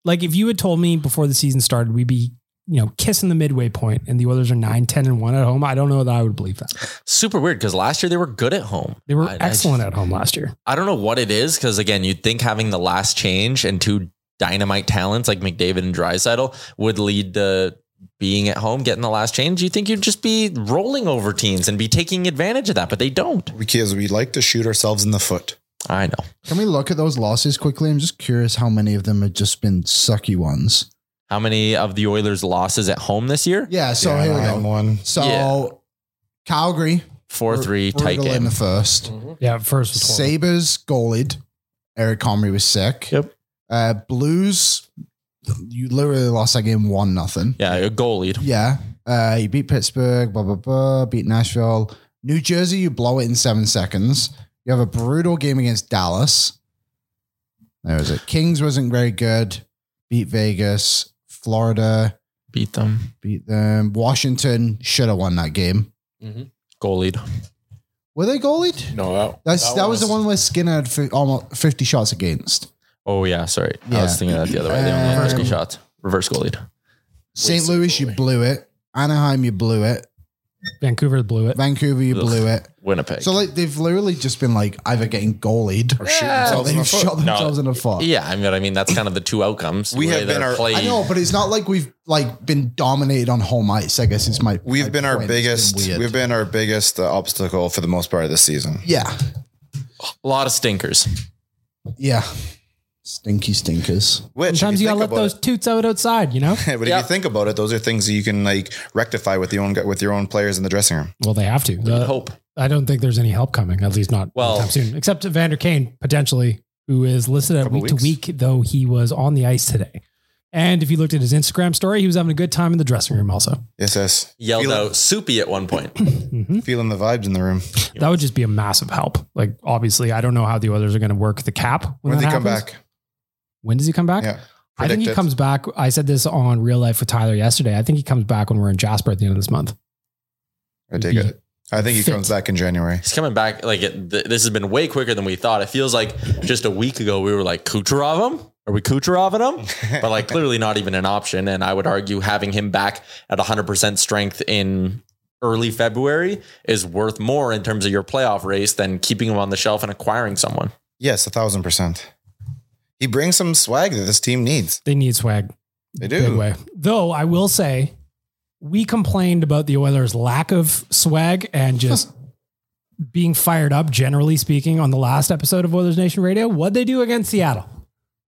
A: Like, if you had told me before the season started, we'd be, you know, kissing the midway point and the Oilers are 9, 10, and 1 at home, I don't know that I would believe that.
F: Super weird because last year they were good at home.
A: They were
F: I- I just-
A: excellent at home last year.
F: I don't know what it is because again, you'd think having the last change and two dynamite talents like McDavid and Drysaddle would lead to being at home, getting the last change. You think you'd just be rolling over teams and be taking advantage of that, but they don't.
D: Because we like to shoot ourselves in the foot.
F: I know.
B: Can we look at those losses quickly? I'm just curious how many of them have just been sucky ones.
F: How many of the Oilers' losses at home this year?
B: Yeah, so
D: Yeah,
B: here we
D: nine
B: go.
D: One.
B: So
F: Yeah.
B: Calgary
F: Four three
B: brutal
F: tight
B: in
F: game.
B: the first.
A: Yeah, first was horrible.
B: Sabres goalied. Eric Comrie was sick.
F: Yep.
B: Uh, Blues, you literally lost that game one nothing.
F: Yeah, a goal lead.
B: Yeah. Uh, you beat Pittsburgh, blah, blah, blah, beat Nashville. New Jersey, you blow it in seven seconds. You have a brutal game against Dallas. There was it. Kings wasn't very good. Beat Vegas. Florida
F: Beat them.
B: beat them. Washington should have won that game.
F: Goal lead.
B: Were they goalied?
E: No, that,
B: That's, that, was, the one where Skinner had fi- almost 50 shots against.
F: Oh yeah, sorry. I
B: Yeah.
F: was thinking that the other way. They only had
B: Um,
F: three shots. Reverse goal lead.
B: St. Louis, you blew it. Anaheim, you blew it.
A: Vancouver blew it.
B: Vancouver, you
F: Ugh.
B: blew it.
F: Winnipeg.
B: So like they've literally just been like either getting goalied or shooting
D: themselves
A: [laughs]
D: in
B: they've
D: the foot.
B: shot
F: No.
B: themselves in the foot.
F: yeah, I mean, I mean that's kind of the two outcomes.
D: We have
F: Either
D: been our-
F: play-
B: I know, but it's not like we've like been dominated on home ice. I guess it's my
D: We've
B: my
D: been our
B: point. It's
D: biggest.
B: weird.
D: We've been our biggest uh, obstacle for the most part of the season.
B: yeah,
F: a lot of stinkers.
B: yeah, stinky stinkers.
D: Which,
A: Sometimes
D: if
A: you
D: you,
A: gotta
D: think
A: let
D: about
A: those
D: it,
A: toots out outside, you know?
D: [laughs] but
F: Yeah.
D: if you think about it, those are things that you can like rectify with your own with your own players in the dressing room.
A: well, they have to.
F: You'd
A: The-
F: hope.
A: I don't think there's any help coming, at least not
F: Well-
A: anytime soon, except to Vander Kane potentially, who is listed at
D: Couple
A: week to
D: weeks.
A: week, though he was on the ice today. And if you looked at his Instagram story, he was having a good time in the dressing room, also. [clears throat]
D: Yes, yes.
F: yelled
D: Feel-
F: out "soupy" at one point.
A: Mhm.
D: Feeling the vibes in the room.
A: That would just be a massive help. Like, obviously, I don't know how the others are going to work the cap. When,
D: When,
A: that
D: do they come
A: happens.
D: back?
A: When does he come back?
D: Yeah.
A: I think he
D: Predicted.
A: comes back. I said this on Real Life with Tyler yesterday. I think he comes back when we're in Jasper at the end of this month.
D: I dig it. I think he
A: Fit.
D: comes back in January.
F: He's coming back. Like it, th- this has been way quicker than we thought. It feels like just a week ago we were like Kucherov him. Are we Kucheroving him? But like clearly not even an option. And I would argue having him back at 100% strength in early February is worth more in terms of your playoff race than keeping him on the shelf and acquiring [laughs] someone.
D: [laughs] Yes, a thousand percent. He brings some swag that this team needs.
A: They need swag.
D: They
A: Big
D: do.
A: way. Though I will say, we complained about the Oilers' lack of swag and just being fired up, generally speaking, on the last episode of Oilers Nation Radio. What'd they do against Seattle?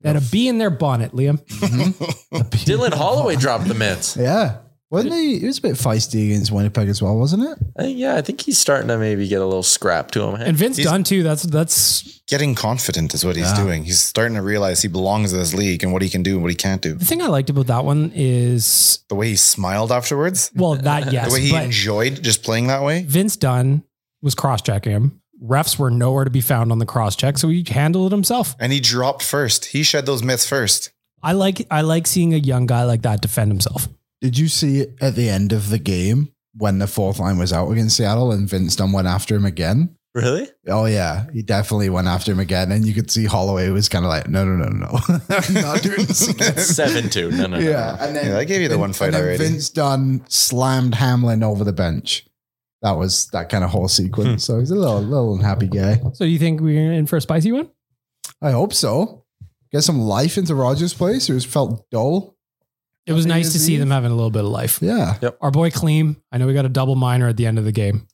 A: They had a bee in their bonnet, Liam.
F: [laughs] Dylan Holloway dropped the mitts.
B: Yeah, wasn't he? He was a bit feisty against Winnipeg as well, wasn't it?
F: I think- yeah, I think he's starting to maybe get a little scrap to him.
A: And Vince
D: He's-
A: Dunn, too. That's that's
D: Getting confident is what he's doing. He's starting to realize he belongs in this league and what he can do and what he can't do.
A: the thing I liked about that one is
D: The way he smiled afterwards,
A: well, that yes.
D: the way he
A: but-
D: enjoyed just playing that way.
A: Vince Dunn was cross checking him. Refs were nowhere to be found on the cross check, so he handled it himself.
D: And he dropped first. He shed those myths first.
A: I like I like seeing a young guy like that defend himself.
B: Did you see it at the end of the game when the fourth line was out against Seattle and Vince Dunn went after him again?
F: really?
B: Oh yeah, he definitely went after him again, and you could see Holloway was kind of like, "No, no, no, no, no. [laughs] I'm not doing this again."
F: 7 2. No, no, no.
B: Yeah, and then
D: Yeah, I gave you the one fight
B: and then
D: already.
B: Vince Dunn slammed Hamlin over the bench. That was that kind of whole
A: Hmm.
B: sequence. So he's a little, little unhappy guy.
A: So do you think we're in for a spicy one?
B: I hope so. Get some life into Rogers' place. It was felt dull.
A: It was
B: New
A: nice to
B: Year's
A: see
B: Eve?
A: them having a little bit of life.
B: Yeah,
A: Our boy Cleem, I know we got
B: [laughs]
A: a double minor at the end of the game,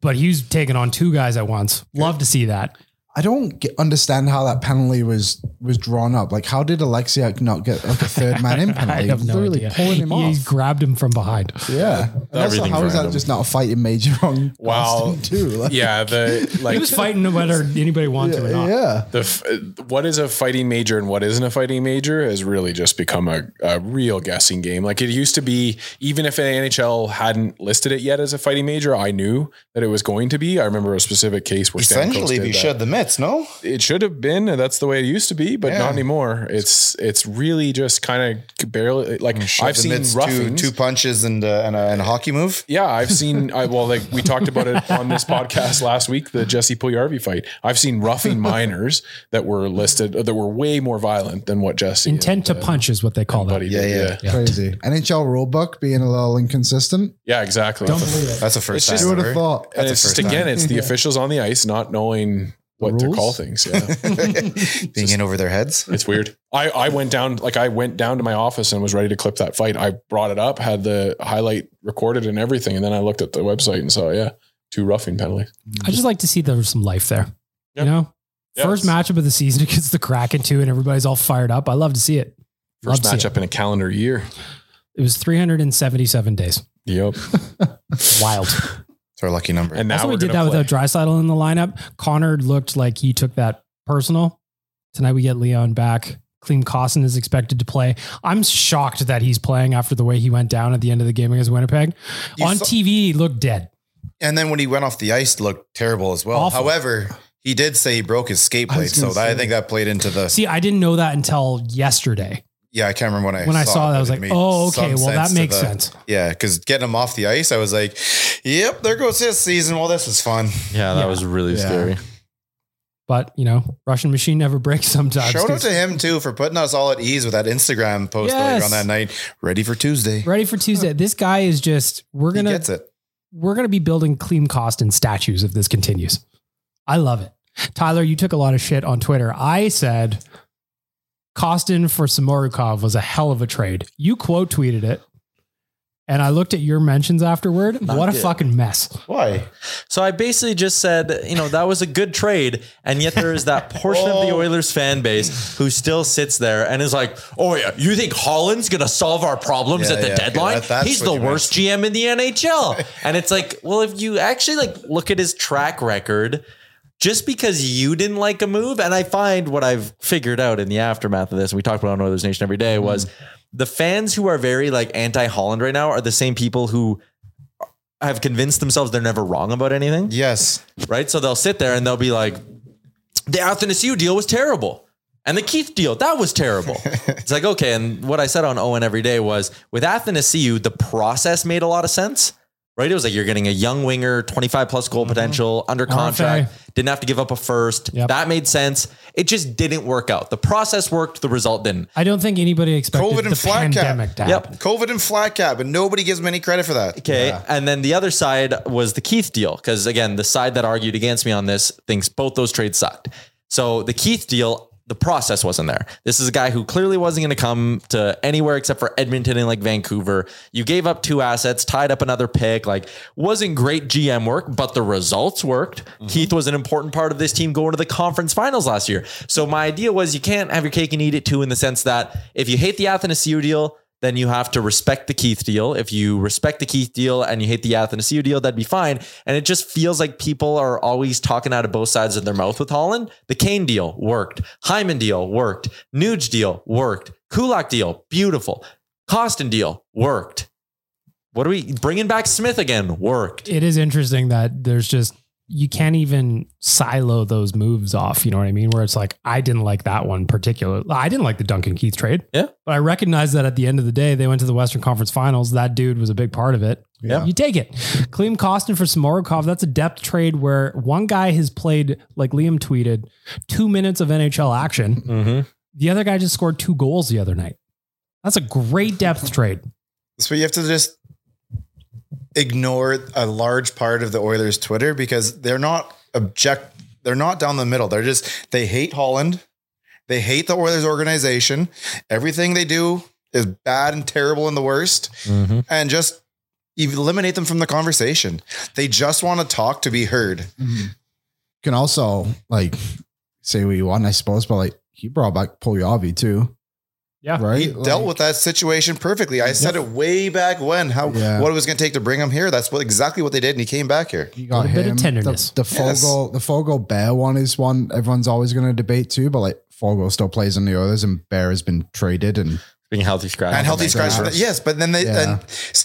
A: but he's taking on two guys at once. Love to see that.
B: I don't get, understand how that penalty was was drawn up. Like, how did Alexia not get like a third
A: [laughs]
B: man in penalty?
A: I have no
B: Literally
A: idea.
B: pulling him
A: he
B: off.
A: grabbed him from behind.
B: yeah, And also,
E: Everything's
B: how is that
E: random.
B: just not a fighting major on
E: Wow.
B: Austin [laughs] too? Like, [laughs]
E: Yeah, the like
A: he was fighting whether anybody wanted to or not.
B: yeah.
E: the f- what is a fighting major and what isn't a fighting major has really just become a, a real guessing game. Like it used to be, even if the NHL hadn't listed it yet as a fighting major, I knew that it was going to be. I remember a specific case where Stamkos
D: Essentially, if
E: did
D: you
E: that.
D: shed the mitts, no?
E: it should have been and that's the way it used to be but
D: Yeah.
E: not anymore it's it's really just kind of barely like
D: Shed
E: i've
D: the
E: seen
D: mitts, two,
E: roughings
D: two punches and, uh, and, a, and a hockey move.
E: yeah i've seen [laughs] i well like we talked about it on this podcast last week the jesse Pugliarvi fight i've seen roughing minors that were listed that were way more violent than what jesse
A: Intent to punch is what they call that.
E: buddy did.
D: yeah.
E: yeah
B: Crazy. NHL rulebook being a little inconsistent.
E: Yeah, exactly
A: Don't believe it.
D: That's the first
E: It's
D: time.
E: just-
B: You would
D: ever.
B: have thought.
E: and
D: the
E: it's just
D: first
E: again
D: time.
E: it's the
B: [laughs]
E: officials on the ice not knowing what to
B: rules?
E: call things yeah
D: [laughs] Being in over their heads.
E: It's weird. I, I went down, like I went down to my office and was ready to clip that fight. I brought it up, had the highlight recorded and everything. And then I looked at the website and saw, yeah, two roughing penalties.
A: I just like to see there was some life there.
E: Yep.
A: You know,
E: Yeah,
A: first
E: it's-
A: matchup of the season [laughs] against the Kraken too, and everybody's all fired up. I love to see it.
E: First
A: Love to see
E: matchup in a calendar year.
A: It was 377 days.
E: Yep.
A: Wild.
D: It's our lucky number.
E: And now
A: also,
E: we're
A: we did that
E: gonna play.
A: without Drysaddle in the lineup. Connor looked like he took that personal. Tonight we get Leon back. Clean Costin is expected to play. I'm shocked that he's playing after the way he went down at the end of the game against Winnipeg.
D: You
A: On
D: saw-
A: TV, he looked dead.
D: And then when he went off the ice, looked terrible as well.
A: Awful.
D: However, he did say he broke his skate
B: I
D: plate,
B: was
D: so
B: gonna
D: that, I
B: say.
D: think that played into the.
A: See, I didn't know that until yesterday.
D: yeah, I can't remember when I
A: When I saw
D: it,
A: that, I
D: but
A: was
D: it
A: like,
D: made
A: oh, okay.
D: some
A: Well, that
D: to
A: makes
D: the-
A: sense.
D: Yeah, because getting him off the ice, I was like, yep, there goes his season. Well, this was fun.
F: Yeah, that
A: Yeah.
F: was really
B: Yeah.
F: scary.
A: But, you know, Russian machine never breaks sometimes.
D: Shout out
A: 'cause-
D: to him too for putting us all at ease with that Instagram post
A: Yes.
D: later on that night. Ready for Tuesday.
A: Ready for Tuesday. This guy is just, we're
D: He
A: going to
D: gets it.
A: we're going to be building clean cost and statues if this continues. I love it. Tyler, you took a lot of shit on Twitter. I said Costin for Samorikov was a hell of a trade. You quote tweeted it. And I looked at your mentions afterward.
F: Not
A: what a
F: good.
A: fucking mess.
D: Why?
F: So I basically just said, you know, that was a good trade, and yet there is [laughs] that portion of the Oilers fan base who still sits there and is like, "Oh yeah, you think Holland's gonna solve our problems
D: Yeah,
F: at the
D: yeah, okay,
F: deadline?
D: that- that's
F: He's
D: what
F: the
D: you meant.
F: worst GM in the NHL." and it's like, well, if you actually like look at his track record, just because you didn't like a move, and I find what I've figured out in the aftermath of this, and we talked about it on Oilers Nation every day, was the fans who are very like anti Holland right now are the same people who have convinced themselves they're never wrong about anything,
D: Yes.
F: right? So they'll sit there and they'll be like, the Athanasiu deal was terrible. And the Keith deal, that was terrible. it's like, okay. And what I said on Owen every day was with Athanasiu, the process made a lot of sense, right? It was like you're getting a young winger, 25 plus goal potential, under contract, didn't have to give up a first.
A: Yep.
F: That made sense. It just didn't work out. The process worked, the result didn't.
A: I don't think anybody expected
D: COVID and
A: the
D: flat cap.
A: pandemic to
F: Yep.
A: happen.
D: COVID and flat cap, and nobody gives him any credit for that.
F: Okay. And then the other side was the Keith deal. Cause again, the side that argued against me on this thinks both those trades sucked. So the Keith deal, the process wasn't there. This is a guy who clearly wasn't going to come to anywhere except for Edmonton and like Vancouver. You gave up two assets, tied up another pick, like wasn't great GM work, but the results worked. Keith was an important part of this team going to the conference finals last year. So my idea was you can't have your cake and eat it too, in the sense that if you hate the Athanasiu deal, then you have to respect the Keith deal. If you respect the Keith deal and you hate the Athanasiu deal, that'd be fine. And it just feels like people are always talking out of both sides of their mouth with Holland. The Kane deal worked. Hyman deal worked. Nuge deal worked. Kulak deal, beautiful. Costin deal worked. What are we bringing back Smith again? Worked.
A: It is interesting that there's just, you can't even silo those moves off. You know what I mean? Where it's like, I didn't like that one particular. I didn't like the Duncan Keith trade.
F: Yeah.
A: But I recognize that at the end of the day, they went to the Western Conference Finals. That dude was a big part of it.
B: Yeah.
A: You take it. Klim Costin for Samorikov, that's a depth trade where one guy has played, like Liam tweeted, two minutes of NHL action.
F: Mm-hmm.
A: The other guy just scored two goals the other night. That's a great depth trade.
D: So you have to just ignore a large part of the Oilers Twitter because they're not object they're not down the middle. They're just they hate Holland. They hate the Oilers organization. Everything they do is bad and terrible and the worst.
B: Mm-hmm.
D: And just eliminate them from the conversation. They just want to talk to be heard.
B: can Mm-hmm. also like say what you want, I suppose, but like he brought back Polyavi too.
A: Yeah.
B: Right?
D: He dealt with that situation perfectly. I said it way back when how
B: Yeah.
D: what it was going to take to bring him here. That's what exactly what they did, and he came back here.
B: You got
A: A little bit of
B: him.
A: tenderness.
B: The, the
D: Yes.
B: Fogel, the Fogel Bear one is one everyone's always going to debate too, but like Fogel still plays on the others, and Bear has been traded, and
F: Being healthy scratch.
D: and healthy
B: think
D: scratch.
B: so.
D: for that. Yes, but then they
B: Yeah.
D: and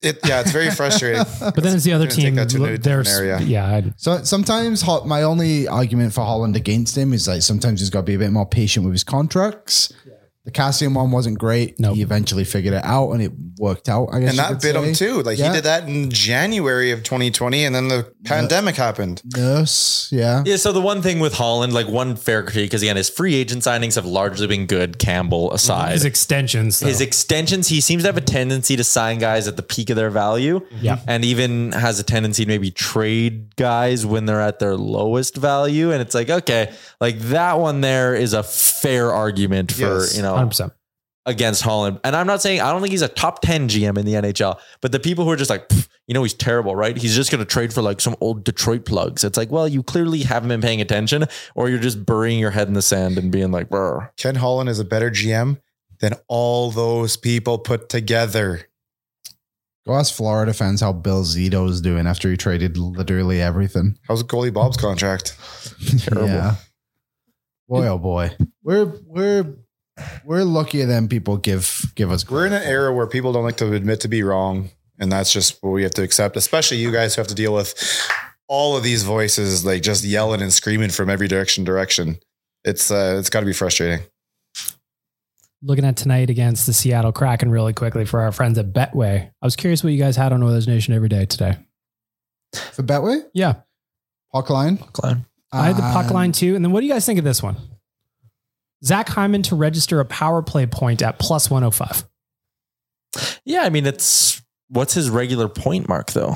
D: it yeah,
B: [laughs]
D: it's very frustrating.
A: But then it's the other
D: Gonna take
A: team.
D: that to a
A: lo-
D: different
A: There's
D: area.
A: yeah. I-
B: So sometimes Ho- my only argument for Holland against him is like sometimes he's got to be a bit more patient with his contracts. The Cassian one wasn't great.
A: Nope.
B: He eventually figured it out and it worked out. I guess
D: and
B: you
D: that
B: could
D: bit him
B: say.
D: too. Like
B: Yeah.
D: he did that in January of 2020, and then the pandemic happened.
B: Nurse, yeah.
F: Yeah, so the one thing with Holland, like one fair critique, because again, his free agent signings have largely been good, Campbell aside.
A: his extensions. Though.
F: His extensions, he seems to have a tendency to sign guys at the peak of their value.
A: Yeah.
F: And even has a tendency to maybe trade guys when they're at their lowest value. And it's like, okay, like that one there is a fair argument for,
D: Yes.
F: you know,
A: 100%.
F: against Holland. And I'm not saying I don't think he's a top 10 GM in the NHL, but the people who are just like, "Pff, you know, he's terrible, right? He's just going to trade for like some old Detroit plugs. It's like, well, you clearly haven't been paying attention or you're just burying your head in the sand and being like, "Brr."
D: Ken Holland is a better GM than all those people put together.
B: Go ask Florida fans how Bill Zito's doing after he traded literally everything.
D: How's goalie Bob's contract?
B: [laughs] Terrible. Boy, oh boy. We're we're we're luckier than people give give us.
D: We're in an era where people don't like to admit to be wrong, and that's just what we have to accept. Especially you guys who have to deal with all of these voices, like just yelling and screaming from every direction. Direction. It's uh, it's got to be frustrating.
A: Looking at tonight against the Seattle Kraken really quickly for our friends at Betway. I was curious what you guys had on Oilers Nation every day today.
B: for Betway
A: Yeah.
B: puck line.
F: Clown.
A: I had the puck
B: And-
A: line too. And then what do you guys think of this one? Zach Hyman to register a power play point at plus 105.
F: Yeah, I mean, it's what's his regular point mark though?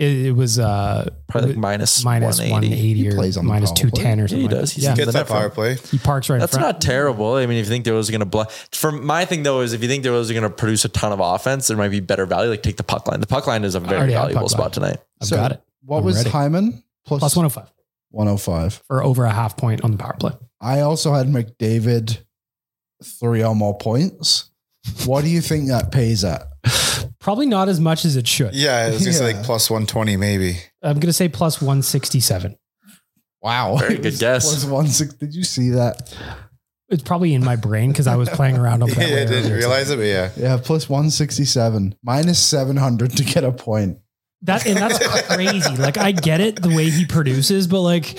A: It, it was uh,
F: Probably like minus,
A: minus
F: 180.
A: 180
B: He
A: or
B: plays on the
A: minus
B: power play.
A: 210 or
F: Yeah,
A: something.
F: he
A: like
F: does.
A: that.
F: He's
A: yeah.
F: good.
D: Gets
F: that
D: that
F: far.
D: power play.
A: He parks right
F: That's
A: in front.
F: not terrible. I mean, if you think there was going to block from my thing though is if you think there was going to produce a ton of offense, there might be better value. Like take the puck line. The puck line is a very
A: already had
F: valuable
A: puck
F: spot tonight.
A: I've
B: So
A: got it.
B: What
A: I'm
B: was
A: ready.
B: Hyman? Plus,
A: Plus oh- 105
B: 105.
A: for over a half point on the power play.
B: I also had McDavid three or more points. What do you think that pays at?
A: Probably not as much as it should.
D: Yeah, I was gonna say
B: Yeah.
D: like plus one twenty maybe.
A: I'm going to say plus 167.
B: Wow. [laughs]
F: Very good guess.
B: Plus one six. Did you see that?
A: It's probably in my brain because I was playing around on
D: [laughs] Yeah,
A: that.
D: I
A: way
D: didn't
A: earlier.
D: realize it, but yeah.
B: Yeah, plus 167, minus 700 to get a point.
A: That and that's crazy. Like I get it the way he produces, but like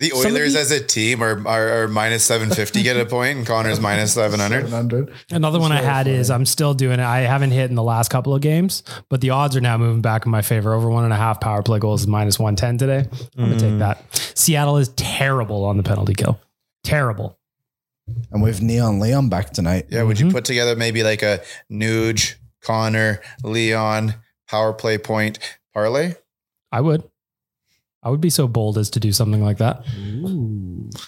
D: The
A: Some of
D: Oilers
A: the-
D: as a team are are, are minus seven fifty get a point, and Connor's minus seven hundred.
B: 700.
A: Another one I had is I'm still doing it. I haven't hit in the last couple of games, but the odds are now moving back in my favor. Over one and a half power play goals is minus 110 today. I'm going to take that. Seattle is terrible on the penalty kill. Terrible.
B: And with Neon Leon back tonight.
D: Yeah, would you
A: Mhm.
D: put together maybe like a Nuge, Connor, Leon power play point parlay?
A: I would. I would be so bold as to do something like that.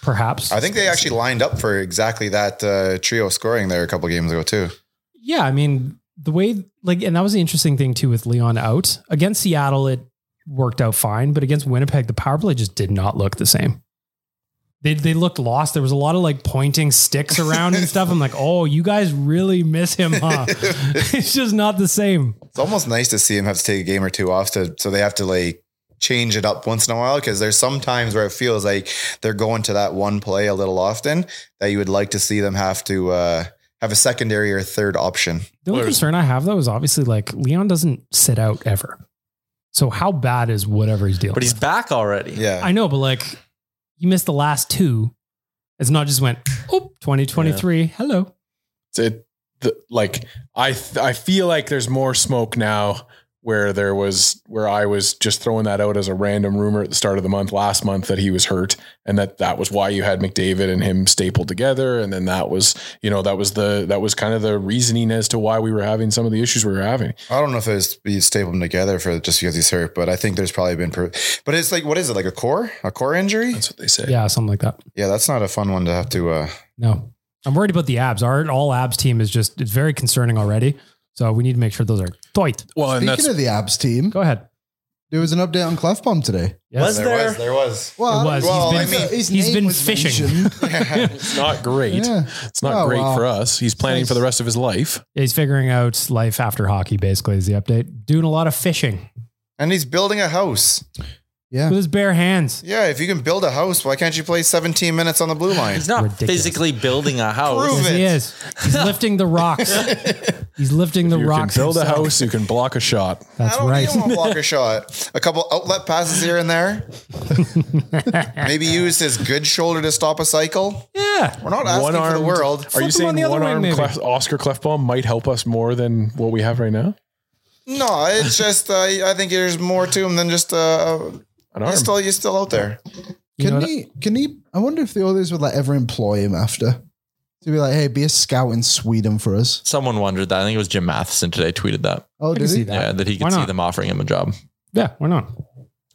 A: Perhaps.
D: I think they actually lined up for exactly that uh, trio scoring there a couple games ago too.
A: Yeah, I mean the way like, and that was the interesting thing too with Leon out against Seattle, it worked out fine, but against Winnipeg, the power play just did not look the same. They they looked lost. There was a lot of like pointing sticks around and stuff. I'm like, oh, you guys really miss him,
F: [laughs]
A: huh? it's just not the same.
D: It's almost nice to see him have to take a game or two off to so they have to like change it up once in a while because there's some times where it feels like they're going to that one play a little often that you would like to see them have to uh, have a secondary or third option.
A: The only concern I have though is obviously like Leon doesn't sit out ever. So how bad is whatever he's dealing?
F: But he's
A: with?
F: back already.
D: Yeah.
A: I know, but like he missed the last two. It's not just went, oh, 2023. Hello.
E: It's- It the, like I th- I feel like there's more smoke now where there was where I was just throwing that out as a random rumor at the start of the month last month that he was hurt and that that was why you had McDavid and him stapled together and then that was you know that was the that was kind of the reasoning as to why we were having some of the issues we were having.
D: I don't know if it was you staple them together for just because he's hurt, but I think there's probably been. Per- but it's like what is it like a core a core injury?
E: That's what they say.
A: Yeah, something like that.
D: Yeah, that's not a fun one to have to. uh
A: No, I'm worried about the abs. Our all abs team is just it's very concerning already. So we need to make sure those are tight.
E: Well, and
B: Speaking
E: that's
B: of the abs team,
A: Go ahead.
B: There was an update on Clef Bomb today.
F: Was
D: There,
F: there?
D: was, there was.
B: Well,
A: It was. He's
D: Well,
A: been,
D: I mean,
B: his
A: he's
B: name
A: been
B: was
A: fishing. [laughs]
B: mentioned.
E: It's not great.
B: Yeah.
E: It's not
B: Oh,
E: great
B: wow.
E: for us. He's planning for the rest of his life.
A: He's figuring out life after hockey, basically, is the update. Doing a lot of fishing
D: And he's building a house.
B: Yeah.
A: with his bare hands.
D: Yeah, if you can build a house, why can't you play 17 minutes on the blue line?
F: He's not
A: Ridiculous.
F: physically building a house.
D: Prove
A: Yes, he
D: it.
A: is.
D: [laughs]
A: He's lifting the rocks. He's lifting the
E: you
A: rocks.
E: can build a
A: himself.
E: house. You can block a shot.
A: That's
D: I don't
A: right.
D: need him to block a shot. A couple outlet passes here and there. Maybe use his good shoulder to stop a cycle.
A: Yeah.
D: We're not asking for the
E: One-armed-
D: world.
E: Are
A: Flip
E: you
A: him on
E: saying
A: the other
E: one
A: wing,
E: arm
A: maybe.
E: Clef, Oscar Clefbaum might help us more than what we have right now?
D: No, it's just uh, I think there's more to him than just uh,
E: An arm.
D: he's still he's still out there.
A: You know
B: Can
A: what-
B: he? Can he? I wonder if the others would like ever employ him after to be like, hey, be a scout in Sweden for us.
F: Someone wondered that. I think it was Jim Matheson today tweeted that.
B: Oh,
A: I can
B: did
A: see
B: he?
A: that.
F: Yeah, that he
A: Why
F: could see
A: not?
F: them offering him a job.
A: Yeah, why not?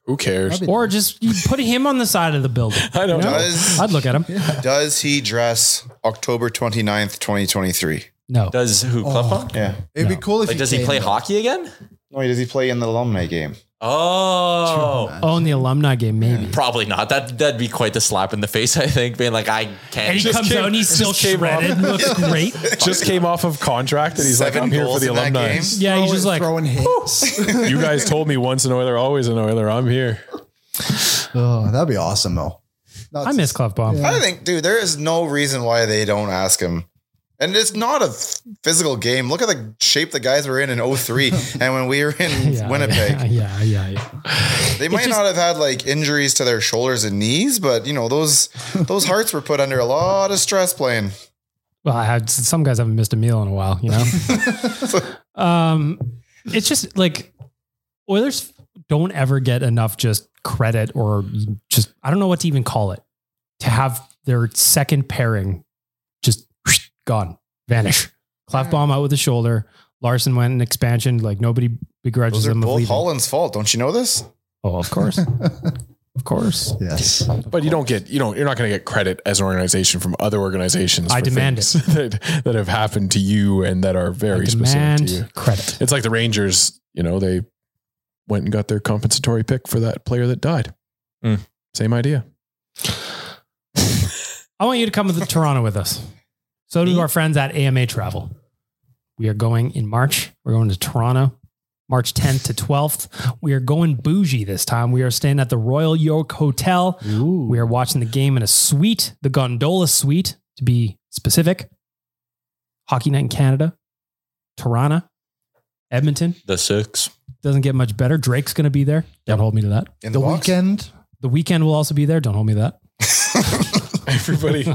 E: Who cares?
A: Or just you put him on the side of the building.
E: I don't know.
D: Does
A: I'd look at
E: [laughs]
A: him.
D: does he dress October 29th, 2023?
A: No.
F: Does who?
A: Oh,
F: Clefbaum?
D: Yeah.
B: It'd be cool if
F: Like, does he play
B: came.
F: hockey again?
D: No, does he play in the alumni game?
F: Oh,
A: Own the alumni game, maybe.
F: probably not. That that'd be quite the slap in the face. [laughs] I think being like, I
A: And
F: can't.
A: he comes out and he's still shredded.
D: [laughs]
A: Looks great.
E: Just came off of contract and he's like,
D: Seven
E: I'm here for
D: goals
E: the
D: in that
E: alumni.
D: game?
A: Yeah, he's just like,
B: throwing hits.
A: [laughs]
E: [laughs] you guys told me once an Oiler, always an Oiler. I'm here.
B: [laughs] oh, that'd be awesome though.
A: I miss Clef Bomb.
D: I think, dude, there is no reason why they don't ask him. And it's not a f- physical game. Look at the shape the guys were in in
A: [laughs]
D: 03 and when we were in Winnipeg.
A: Yeah, yeah, yeah, yeah.
D: They might not have had like injuries to their shoulders and knees, but you know, those
A: [laughs]
D: those hearts were put under a lot of stress playing.
A: Well, I had some guys haven't missed a meal in a while, you
D: [laughs]
A: know. um, it's just like Oilers don't ever get enough just credit or just I don't know what to even call it to have their second pairing just gone, vanish. Clefbaum out with the shoulder. Larson went in expansion. Like nobody begrudges
D: Those are
A: them of
D: both
A: leaving.
D: Holland's fault. Don't you know this? [laughs]
A: Oh, of course, of course.
B: Yes.
E: But you don't get you don't you're not going to get credit as an organization from other organizations.
A: I
E: for
A: demand
E: things [laughs] that, that have happened to you and that are very specific
A: Demand
E: to you.
A: credit.
E: It's like the Rangers. You know they went and got their compensatory pick for that player that died.
F: Hmm.
E: Same idea.
A: I want you to come
E: [laughs]
A: to Toronto with us. So do our friends at AMA Travel. We are going in March. We're going to Toronto, March 10th to 12th. We are going bougie this time. We are staying at the Royal York Hotel. We are watching the game in a suite, the gondola suite, to be specific. Hockey night in Canada, Toronto, Edmonton.
F: the six.
A: Doesn't get much better. Drake's going to be there. Don't hold me to that.
D: In
B: The
D: box?
B: weekend.
A: The weekend will also be there. Don't hold me to that.
E: [laughs] Everybody,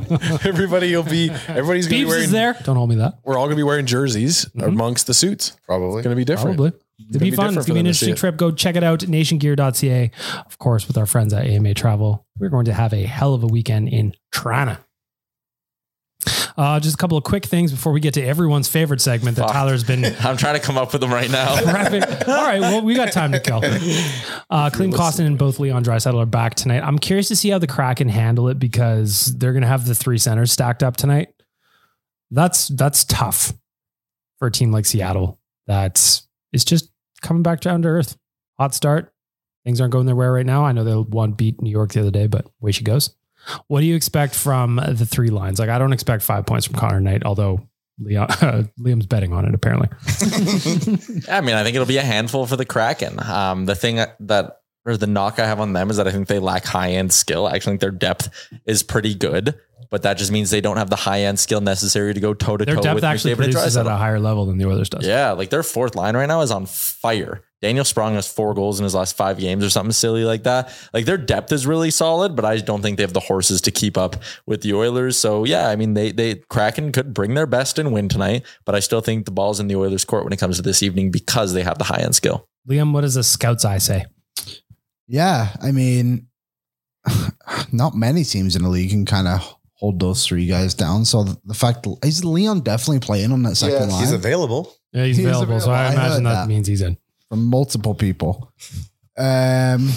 E: everybody will be everybody's going to be
A: Beavs
E: wearing.
A: is there. Don't hold me to that.
E: We're all going to be wearing jerseys
A: Mhm.
E: amongst the suits.
D: Probably.
E: It's going to be different.
A: Probably. It'd be,
E: be
A: fun.
E: different
A: It's
E: for
A: gonna be
E: them
A: an
E: to see
A: interesting
E: it.
A: trip. Go check it out. Nationgear.ca, of course, with our friends at AMA Travel. We're going to have a hell of a weekend in Toronto. Uh, just a couple of quick things before we get to everyone's favorite segment that
F: Fuck.
A: Tyler's
E: [laughs]
A: been
F: I'm trying to come up with them
A: [laughs]
F: right now.
A: prepping. All right, well, we got time to kill. Uh, Clean Costin and both Leon Drysaddle are back tonight. I'm curious to see how the Kraken handle it because they're going to have the three centers stacked up tonight. That's that's tough for a team like Seattle. That's it's just coming back down to earth. Hot start. Things aren't going their way right now. I know they won beat New York the other day, but way she goes. What do you expect from the three lines? Like, I don't expect five points from Connor Knight, although Leon, [laughs] Liam's betting on it apparently.
D: [laughs]
F: I mean, I think it'll be a handful for the Kraken. Um, the thing that or the knock I have on them is that I think they lack high end skill. I actually think their depth is pretty good, but that just means they don't have the high end skill necessary to go toe to
A: Their
F: toe
A: depth
F: with
A: actually
F: McDavid and
A: produces at a
F: Draisaitl.
A: higher level than the Oilers does.
F: Yeah, like their fourth line right now is on fire. Daniel Sprong has four goals in his last five games or something silly like that. Like their depth is really solid, but I don't think they have the horses to keep up with the Oilers. So yeah, I mean they they Kraken could bring their best and win tonight, but I still think the ball's in the Oilers court when it comes to this evening because they have the high end skill.
A: Liam, what does a scout's eye say?
B: Yeah, I mean, [sighs] not many teams in the league can kind of hold those three guys down. So the, the fact is Leon definitely playing on that second line
D: He's available.
A: Yeah, he's,
B: He's
A: available, so I,
B: available. I
A: imagine
B: heard
A: that,
B: that.
A: means
B: [laughs]
A: he's in. [laughs]
B: from multiple people. Um,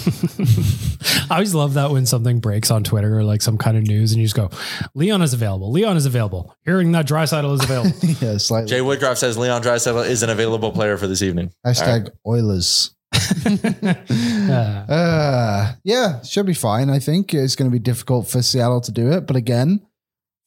A: I
B: [laughs]
A: always love that when something breaks on Twitter or like some kind of news, and you just go, "Leon is available. Leon is available." Hearing that Drysaddle is
B: [laughs]
A: available.
B: yeah, slightly.
F: Jay Woodcroft says Leon Draisaitl is an available player for this evening.
B: Hashtag Oilers.
A: Uh,
B: Uh, yeah, should be fine. I think it's going to be difficult for Seattle to do it, but again,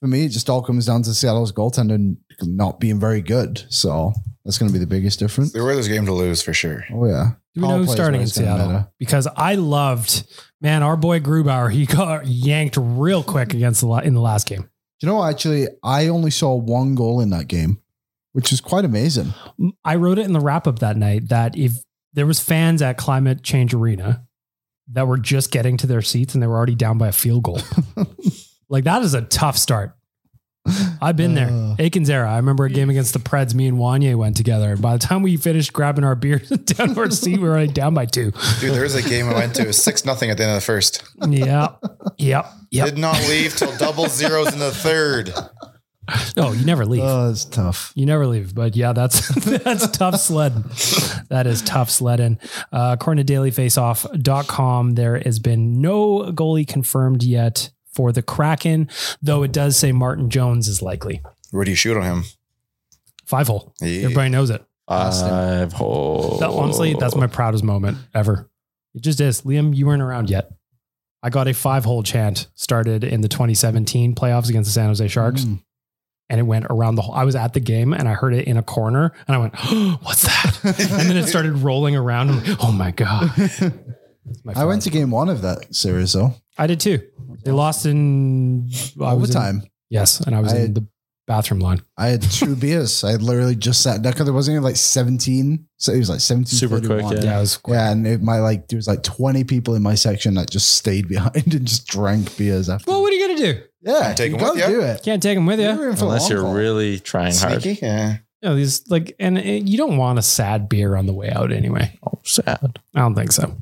B: for me, it just all comes down to Seattle's goaltender not being very good. So that's going to be the biggest difference.
D: They were this game to lose for sure.
B: Oh yeah,
A: do we
B: Power
A: know who's
B: plays
A: starting in
B: always gonna
A: Seattle?
B: matter.
A: Because I loved, man, our boy Grubauer. He got [laughs] yanked real quick against the la- in the last game.
B: Do you know? Actually, I only saw one goal in that game, which was quite amazing.
A: I wrote it in the wrap up that night that if there was fans at Climate Change Arena that were just getting to their seats and they were already down by a field goal, like that is a tough start. I've been
B: Uh.
A: there. Aikens era. I remember a game against the Preds. Me and Wanye went together. By the time we finished grabbing our beers [laughs] down to our seat, we were already down by two.
D: Dude, there was a game I went to six nothing at the end of the first.
A: Yeah. Yep. Yep.
D: Did not leave till double zeros in the third.
A: No, you never leave.
B: Oh, it's tough.
A: You never leave, but yeah, that's [laughs] that's tough sledding. That is tough sledding. Uh, according to dailyfaceoff.com, there has been no goalie confirmed yet for the Kraken, though it does say Martin Jones is likely.
D: Where do you shoot on him?
A: Five hole.
D: Yeah.
A: Everybody knows it.
E: Five holes.
A: That- honestly, that's my proudest moment ever. It just is. Liam, you weren't around yet. I got a five hole chant started in the 2017 playoffs against the San Jose Sharks.
B: Mm.
A: And it went around the whole. I was at the game and I heard it in a corner and I went, [gasps] "What's that?" [laughs] and then it started rolling around. I'm like, oh my god! [laughs] It's my
B: Hmm. I went to
A: favorite.
B: game one of that series though,
A: I did too. They lost in I was in-
B: overtime.
A: yes, and I was
B: I
A: in
B: had-
A: the bathroom line.
B: I
A: [laughs]
B: had two beers. I had literally just sat down because there wasn't even like 17. So it was like 17.
E: Super quick,
B: 31.
E: Yeah.
A: Yeah, I was.
B: Yeah, and it, my like there was like twenty people in my section that just stayed [laughs] behind and just drank beers after.
A: Well, what are you gonna do?
B: yeah,
D: Take
B: you
D: 'em with
B: gotta
D: ya.
B: do it.
A: Can't take them with you.
B: You're in for the
E: Unless
B: long
E: you're
B: haul.
E: really trying hard.
D: Sneaky, yeah.
A: No, these like, and it, you don't want a sad beer on the way out anyway.
E: Oh, sad.
A: I don't think so.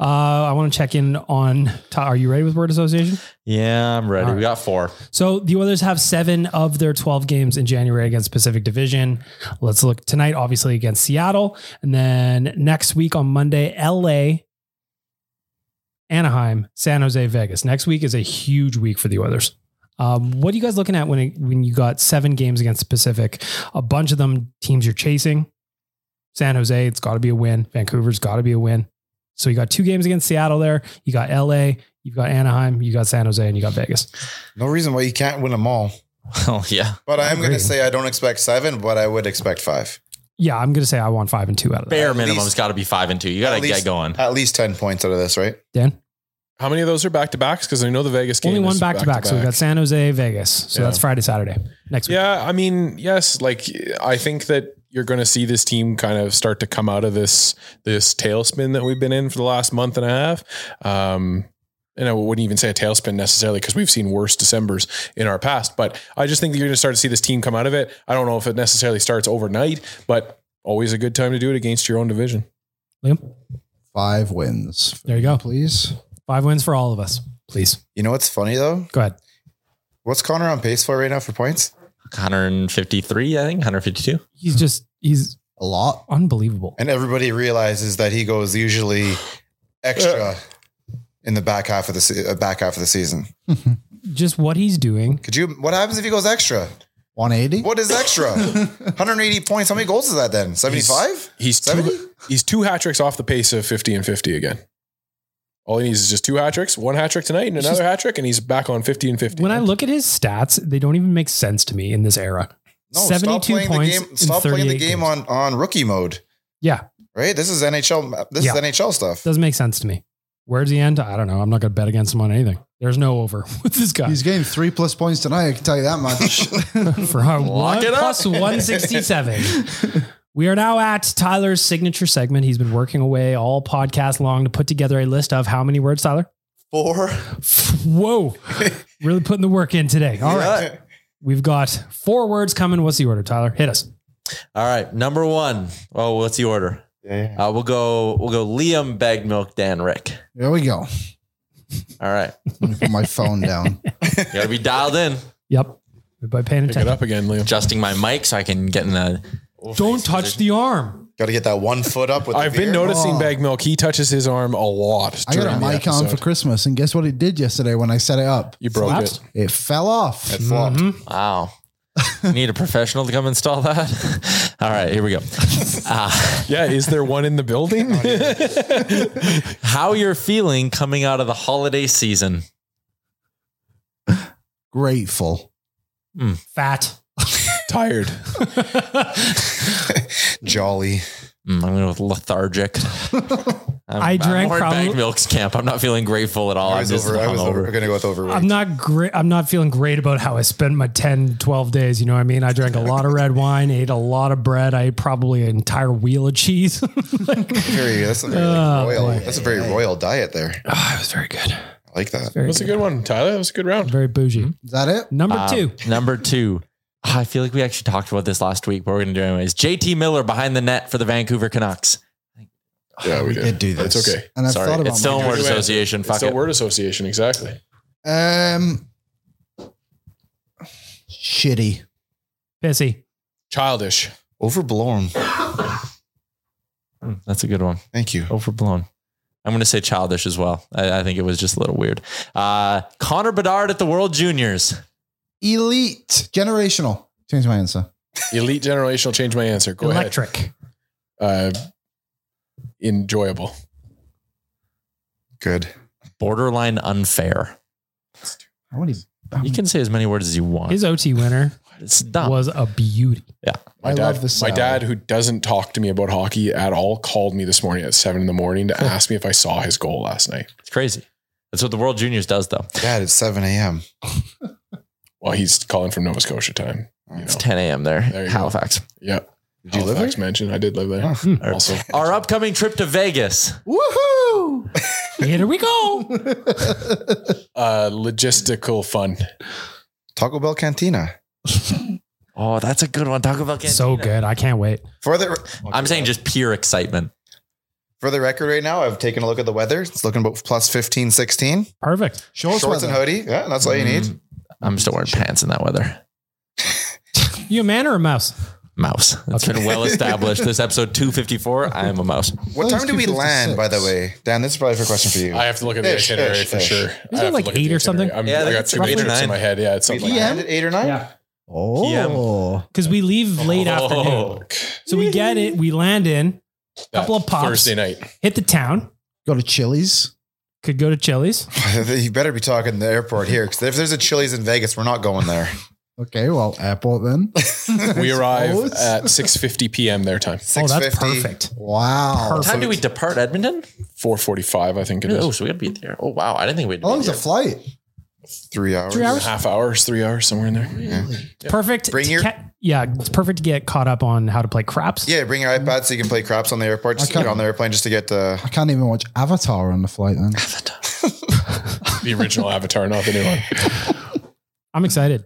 A: Uh, I want to check in on. Ty- Are you ready with word association?
E: Yeah, I'm ready.
A: All right.
E: We
D: [laughs]
E: got four.
A: So the Oilers have seven of their 12 games in January against Pacific Division. Let's look tonight, obviously, against Seattle. And then next week on Monday, LA, Anaheim, San Jose, Vegas. Next week is a huge week for the Oilers. Um, what are you guys looking at when it, when you got seven games against the Pacific? A bunch of them teams you're chasing. San Jose, it's got to be a win. Vancouver's got to be a win. So you got two games against Seattle there. You got LA, you've got Anaheim, you got San Jose, and you got Vegas.
D: No reason why you can't win them all.
E: Oh, yeah.
D: But I am going
A: agree.
D: to say I don't expect seven, but I would expect five.
A: Yeah, I'm gonna say I want five and two out of that.
E: Bare
D: At
E: minimum's
D: least-
E: got to be five and two. You got to
D: at
E: get
D: least-
E: going.
D: At least 10 points out of this, right?
A: Dan,
E: How many of those are back to backs? Because I know the Vegas game.
A: only
E: is
A: one back to back. So we got San Jose, Vegas. So
E: Yeah.
A: that's Friday, Saturday next week.
E: Yeah, I mean, yes, like I think that you're going to see this team kind of start to come out of this this tailspin that we've been in for the last month and a half. Um and I wouldn't even say a tailspin necessarily because we've seen worse Decembers in our past, but I just think that you're going to start to see this team come out of it. I don't know if it necessarily starts overnight, but always a good time to do it against your own division.
A: Liam,
B: five wins.
A: There you go.
B: please.
A: five wins for all of us, please.
D: You know what's funny, though?
A: Go ahead.
D: What's Connor on pace for right now for points?
E: 153, I think, 152.
A: He's just he's
B: A lot.
A: unbelievable.
D: And everybody realizes that he goes usually extra in the back half of the se- uh, back half of the season.
A: Just what he's doing.
D: Could you? What happens if he goes extra?
B: One eighty.
D: What is extra? 180 points. How many goals is that then? 75?
E: He's
D: Seventy?
E: two, he's two hat tricks off the pace of 50 and 50 again. All he needs is just two hat tricks, one hat trick tonight and another hat trick, and he's back on 50 and 50.
A: When I look at his stats, they don't even make sense to me in this era.
D: stop playing
A: points
D: the game.
A: in
D: Stop playing the
A: 38
D: game
A: games.
D: on on rookie mode.
A: Yeah,
D: Right? This is NHL. This
A: Yeah.
D: is NHL stuff.
A: doesn't make sense to me. Where's the end? I don't know. I'm not gonna bet against him on anything. There's no over [laughs] with this guy.
B: He's getting three plus points tonight. I can tell you that much. [laughs]
A: for our one,
E: it up.
A: plus 167. we are now at Tyler's signature segment. He's been working away all podcast long to put together a list of how many words, Tyler? [laughs]
D: Four.
A: Whoa. really putting the work in today. All right. We've got four words coming. What's the order, Tyler? Hit us.
E: All right, number one. Oh, what's the order? Uh, we'll go. We'll go. Liam Bag Milk Dan Rick.
B: there we go.
E: All right,
B: Let me put my phone down.
E: you gotta be dialed in.
A: Yep. By paying
E: Pick it
A: attention.
E: up again, Liam.
F: Adjusting my mic so I can get in the.
A: Don't touch the arm.
D: Got to get that one foot up with. the
E: I've been
D: beer.
E: noticing
B: Oh.
E: Bag Milk. He touches his arm a lot.
B: I got
E: during
B: a
E: the
B: mic on for
E: episode.
B: Christmas, and guess what it did yesterday when I set it up?
E: You broke
A: Slaps?
E: it.
B: It fell off.
D: It flopped.
A: Mhm.
F: Wow.
C: [laughs] Need a professional to come install that? [laughs] All right, here we go. Uh,
E: Yeah, is there one in
B: [laughs]
E: the building? [laughs]
C: how you're feeling coming out of the holiday season?
B: Grateful.
A: Fat.
E: Tired.
D: Jolly.
C: Mm, I'm going with lethargic. I'm,
A: I
C: I'm
A: drank
C: more at
A: probably-
C: Bank Milk's camp. I'm not feeling grateful at all.
D: I
C: Oh, I'm
D: was
C: just
D: over. I was over. We're
C: hungover.
D: gonna go with overweight. [laughs]
A: I'm not great. I'm not feeling great about how I spent my 10, 12 days. You know what I mean? I drank a lot of red wine, ate a lot of bread. I ate probably an entire wheel of cheese. [laughs] Like,
D: very, that's a very
A: Oh,
D: royal.
A: boy.
D: That's a very royal diet there.
A: Ah, it was very good.
D: I like that.
A: Very,
E: That's a good one, Tyler. That was a good round.
A: very bougie.
B: Is that it?
A: Number two.
C: Um, number two. Ah, I feel like we actually talked about this last week, but we're going to do it anyways. JT Miller behind the net for the Vancouver Canucks.
E: Yeah, we
B: Did do this.
E: It's okay.
B: And I've
C: Sorry,
B: thought about
C: it's still
B: my-
C: a word
E: Anyway,
C: association.
E: It's
C: Fuck
E: still
C: it.
E: word association, exactly.
B: Um, shitty.
A: Pissy.
E: Childish.
D: Overblown.
C: Mm, That's a good one.
D: Thank you.
C: Overblown. I'm going to say childish as well. I, I think it was just a little weird. Uh, Connor Bedard at the World Juniors.
B: Elite. Generational. Change my answer.
E: Elite generational. Change my answer. Go
A: Electric.
E: ahead. Uh, enjoyable.
D: Good.
C: Borderline unfair.
B: How many?
C: You can say as many words as you want.
A: His OT winner
C: It's dumb.
A: was a beauty.
E: My
B: I
E: dad,
B: love this
E: My
B: sound.
E: dad, who doesn't talk to me about hockey at all, called me this morning at seven in the
B: [laughs]
E: morning to ask me if I saw his goal last night.
C: it's crazy. That's what the World Juniors does, though.
D: Dad, it's 7 a.m.
E: Well, he's calling from Nova Scotia time. You know.
C: It's 10 a.m. there,
E: There you go.
C: Halifax.
E: Yeah.
D: Did
A: Oh,
D: you live
E: Halifax
D: there?
E: Mention I did live there.
A: hmm.
E: Also,
C: Our upcoming trip to Vegas.
B: Woohoo!
A: Here we go.
E: uh, logistical fun.
D: Taco Bell Cantina.
C: Oh, that's a good one. Taco Bell. Cantina.
A: so good. I can't wait.
D: For the
C: I'm saying just pure excitement.
D: for the record right now, I've taken a look at the weather. It's looking about plus 15, 16.
A: Perfect.
B: Shorts,
D: Shorts and
B: weather.
D: hoodie. Yeah, that's all you need.
C: Mm, I'm still wearing pants in that weather.
A: You a man or a mouse?
C: Mouse. It's
A: Okay.
C: been well established. This
A: [laughs]
C: episode 254. I am a mouse.
D: What
B: Well,
D: time do we land, by the
B: 2:56.
D: way? Dan, this is probably for a question for you.
E: I have to look at the
D: Ish,
E: itinerary
D: ish,
E: for
D: ish.
E: sure. I
A: it
E: have to
A: like
E: look at
A: eight
E: the
A: or something?
E: itinerary.
C: Yeah,
E: I'm,
C: I
E: I,
C: think
E: got
C: it's
E: too many
C: roughly
E: trips in my
C: nine.
E: head. Yeah, it's
D: we
E: something. like
D: land at 8 or 9?
B: Oh.
A: Because we leave late
C: Oh.
A: afternoon. So we get it. We land in,
E: that.
A: Couple of pops. [laughs]
E: Thursday night.
A: hit the town,
B: Go to Chili's.
A: could go to Chili's.
D: [laughs] you better be talking the airport here because if there's a Chili's in Vegas, we're not going there.
B: Okay, well, airport [laughs] then.
E: [laughs] We arrive
B: Suppose.
E: at 6:50 p.m. their time.
A: Oh, that's
D: 6:50.
A: perfect.
B: Wow.
C: What time do we depart Edmonton?
E: 4:45, I think it is.
C: Oh, so we got to be there. Oh, wow. I didn't think we'd
B: How
C: be
B: long's
C: there.
B: the flight?
D: Three hours.
A: Three hours.
E: Half hours, three hours, somewhere in there.
A: Perfect.
D: Bring
A: to
D: your-
A: ca- yeah, it's perfect to get caught up on how to play craps.
D: Yeah, bring your iPad so you can play craps on the airport. Just
B: Okay.
D: get on the airplane just to get uh,
B: I can't even watch Avatar on the flight then.
E: The original Avatar, not the
A: [laughs]
E: new one.
A: I'm excited.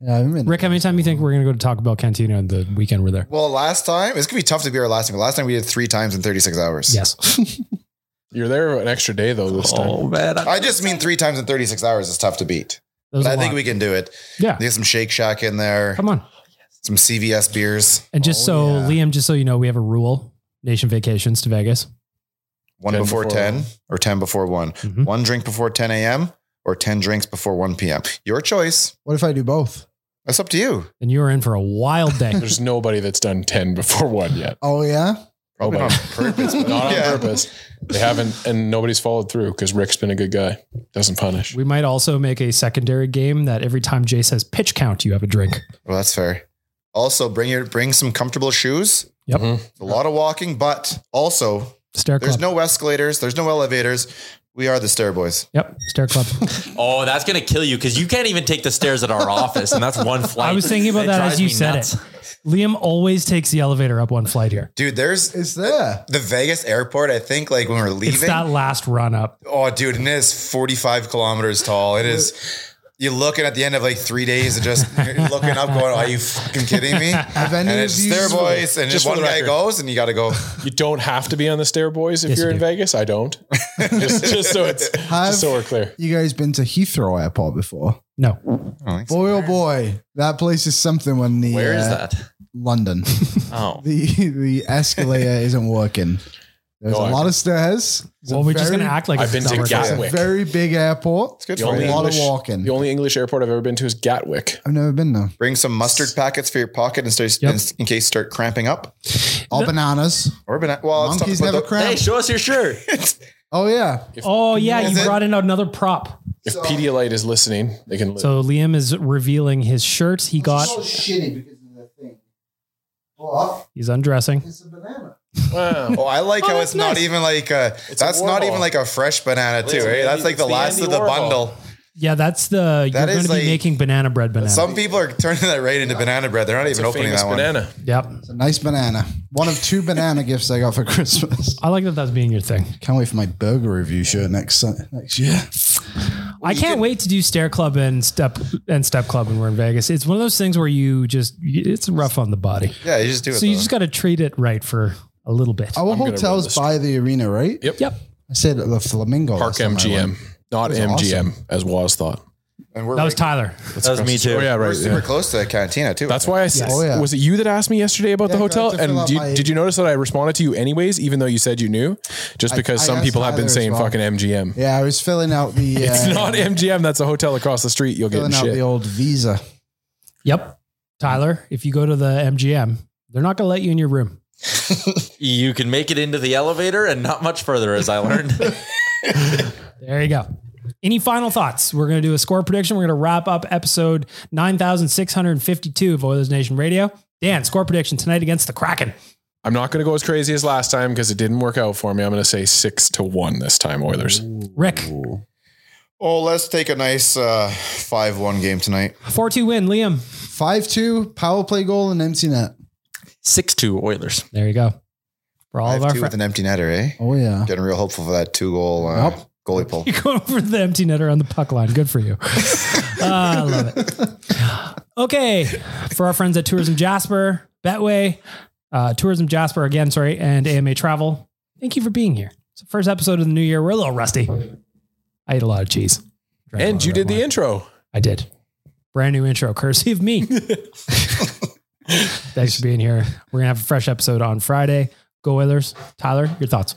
B: Yeah, I'm in.
A: Rick, how many times you think we're going to go to Taco Bell Cantina on the weekend we're there?
D: Well, last time it's gonna be tough to be our last time. Last time we did three times in 36 hours.
A: Yes.
E: You're there an extra day though this time.
C: Oh, man.
D: I just mean three times in 36 hours is tough to beat. But I think we can do it.
A: Yeah.
D: Get some Shake Shack in there,
A: Come on.
D: some CVS beers,
C: Oh,
A: And just so, Liam, just so you know, we have a rule nation vacations to Vegas.
D: one
E: 10
D: before,
E: before
D: 10
E: one.
D: or 10 before one,
A: Mhm.
D: one drink before 10 a.m. or 10 drinks before 1 p.m. Your choice.
B: What if I do both?
D: That's up to you.
A: And you are in for a wild day.
D: [laughs]
E: There's nobody that's done 10 before one yet.
B: Oh yeah.
E: Probably
D: Not
E: [laughs] not,
D: on purpose. but-
E: on
D: Yeah.
E: purpose. They haven't, and nobody's followed through because Rick's been a good guy. Doesn't punish.
A: we might also make a secondary game that every time Jay says pitch count, you have a drink.
D: Well, that's fair. Also, bring your bring some comfortable shoes.
A: Yep.
E: Mhm.
D: It's a lot of walking, but also
A: Stair
D: there's
A: Club.
D: no escalators, there's no elevators. We are the stair boys.
A: yep. Stair
D: [laughs]
A: Club.
C: Oh, that's going to kill you because you can't even take the stairs at our office. And that's
E: [laughs]
C: one flight.
A: I was thinking about that
C: drives
A: as you
C: me
A: said
C: nuts.
A: it. Liam always takes the elevator up one flight here.
D: Dude, there's
B: It's there.
D: the Vegas airport. I think like when we're
A: It's
D: leaving,
A: that last run up.
D: Oh, dude, and it is 45 kilometers tall. It is. You're looking at the end of like three days of just you're looking up, going, "Are you fucking kidding me?"
B: Have any
D: and
B: of
D: it's
B: you
D: their voice, and just
E: Just
D: one
E: for the
D: guy
E: record.
D: goes, and you got to go. "Oh,
E: You don't have to be on the stair boys if
A: Yes,
E: you're
A: you
E: in
A: do.
E: Vegas.
B: [laughs]
E: I don't. just, just so it's
B: Have-
E: just so we're clear.
B: You guys been to Heathrow Airport before?
A: No.
B: Boy oh boy, that place is something. When the
C: Where is
B: uh,
C: that?
B: London, [laughs]
C: Oh.
B: the the escalator isn't working. There's
E: No,
B: a
E: I
B: lot of stairs. It's
A: Well,
B: a
A: we're just
B: very-
A: gonna act like
E: I've been
A: it's
E: to
A: not
B: It's
A: working.
B: a
E: Gatwick.
B: very big airport.
D: It's good
E: The
D: for
E: only
B: a lot
E: English,
B: of walking.
E: the only English airport I've ever been to is Gatwick.
B: I've never been there.
D: Bring some mustard packets for your pocket and start,
A: Yep.
D: in, in case you start cramping up.
B: All Oh, bananas.
D: Or been well, it's tough
B: Monkeys
D: to put
B: never
D: the-
B: cramp.
C: Hey, show us your shirt.
B: [laughs] Oh yeah.
A: Oh yeah,
D: Is
A: you
D: it-
A: brought in another prop.
E: If Pedialyte is listening, they can.
A: So Liam is revealing his shirts. He got.
B: Oh, shitty because of that thing. Well,
A: He's undressing.
B: it's a banana.
E: wow.
D: Oh, I like how it's not even like a,
E: a
D: that's not
E: Warhol.
D: even like a fresh banana too,
E: It's
D: right?
E: the
D: That's
E: Andy-
D: like the
E: it's the
D: last
E: Andy
D: of the
E: Warhol.
D: bundle.
A: Yeah, that's the.
D: That
A: you're going
D: is
A: to be
D: like-
A: making banana bread banana.
D: Some people are turning that right into banana bread. They're not even [laughs] opening
E: famous
D: that one.
E: banana.
A: yep.
B: It's a nice banana. One of two banana gifts I got for Christmas.
A: I like that. That's being your thing.
B: Can't wait for my burger review show next Sun- next year.
A: I can't wait to do stair club and step and step club when we're in Vegas. It's one of those things where you just it's rough on the body,
D: Yeah, Oh. you just do it.
A: so you
D: though.
A: just got to treat it right for a little bit.
B: Our
E: gonna run
B: hotel's
E: this.
B: by the arena, right?
E: Yep.
A: Yep.
B: I said the Flamingo. last
E: Park
B: time I
E: MGM,
B: went.
E: not
B: That was
E: MGM as was thought.
D: and we're
A: That was
D: right-
A: Tyler.
C: That was me too.
E: Oh yeah,
D: We're
E: right.
D: super
E: yeah.
D: close to the cantina too.
E: That's why I said.
B: Oh, yeah.
E: Was it you that asked me yesterday about
B: Yeah,
E: the
B: I got
E: hotel?
B: to fill
E: And
B: out
E: do you-
B: my-
E: did you notice that I responded to you anyways, even though you said you knew? Just
B: I-
E: because
B: I
E: some
B: asked
E: people have been
B: Tyler as
E: saying
B: well.
E: fucking MGM.
B: Yeah, I was filling out the.
E: [laughs] It's
B: uh,
E: not MGM. That's a hotel across the street. You'll get in
B: filling out
E: shit.
B: the old Visa.
A: Yep. Tyler, if you go to the MGM, they're not going to let you in your room.
C: You can make it into the elevator and not much further, as I learned.
A: There you go. Any final thoughts? We're going to do a score prediction. We're going to wrap up episode 9652 of Oilers Nation Radio. Dan, score prediction tonight against the Kraken.
E: I'm not going to go as crazy as last time because it didn't work out for me. I'm going to say six to one this time, Oilers.
A: Rick,
D: Oh, let's take a nice uh, five-one game tonight.
A: 4 2 win. Liam,
B: 5 2, power play goal, and empty net.
C: Six two Oilers.
A: there you go. For all of our
D: Five-two with
A: friends.
D: an empty netter, eh?
B: Oh, yeah.
D: Getting real hopeful for that two-goal uh,
B: Yep.
A: [laughs]
D: goalie pull.
A: You're going for the empty netter on the puck line. Good for you. [laughs] Ah, I love it. Okay. For our friends at Tourism Jasper, Betway, uh, Tourism Jasper again, sorry, and AMA Travel, thank you for being here. It's the first episode of the new year. We're a little rusty. I ate a lot of cheese. Drank a lot
E: And
A: of
E: you
A: red
E: did
A: wine.
E: the intro.
A: I did. Brand new intro, courtesy of
E: [laughs]
A: me. Thanks for being here. We're going to have a fresh episode on Friday. Go Oilers. Tyler, your thoughts.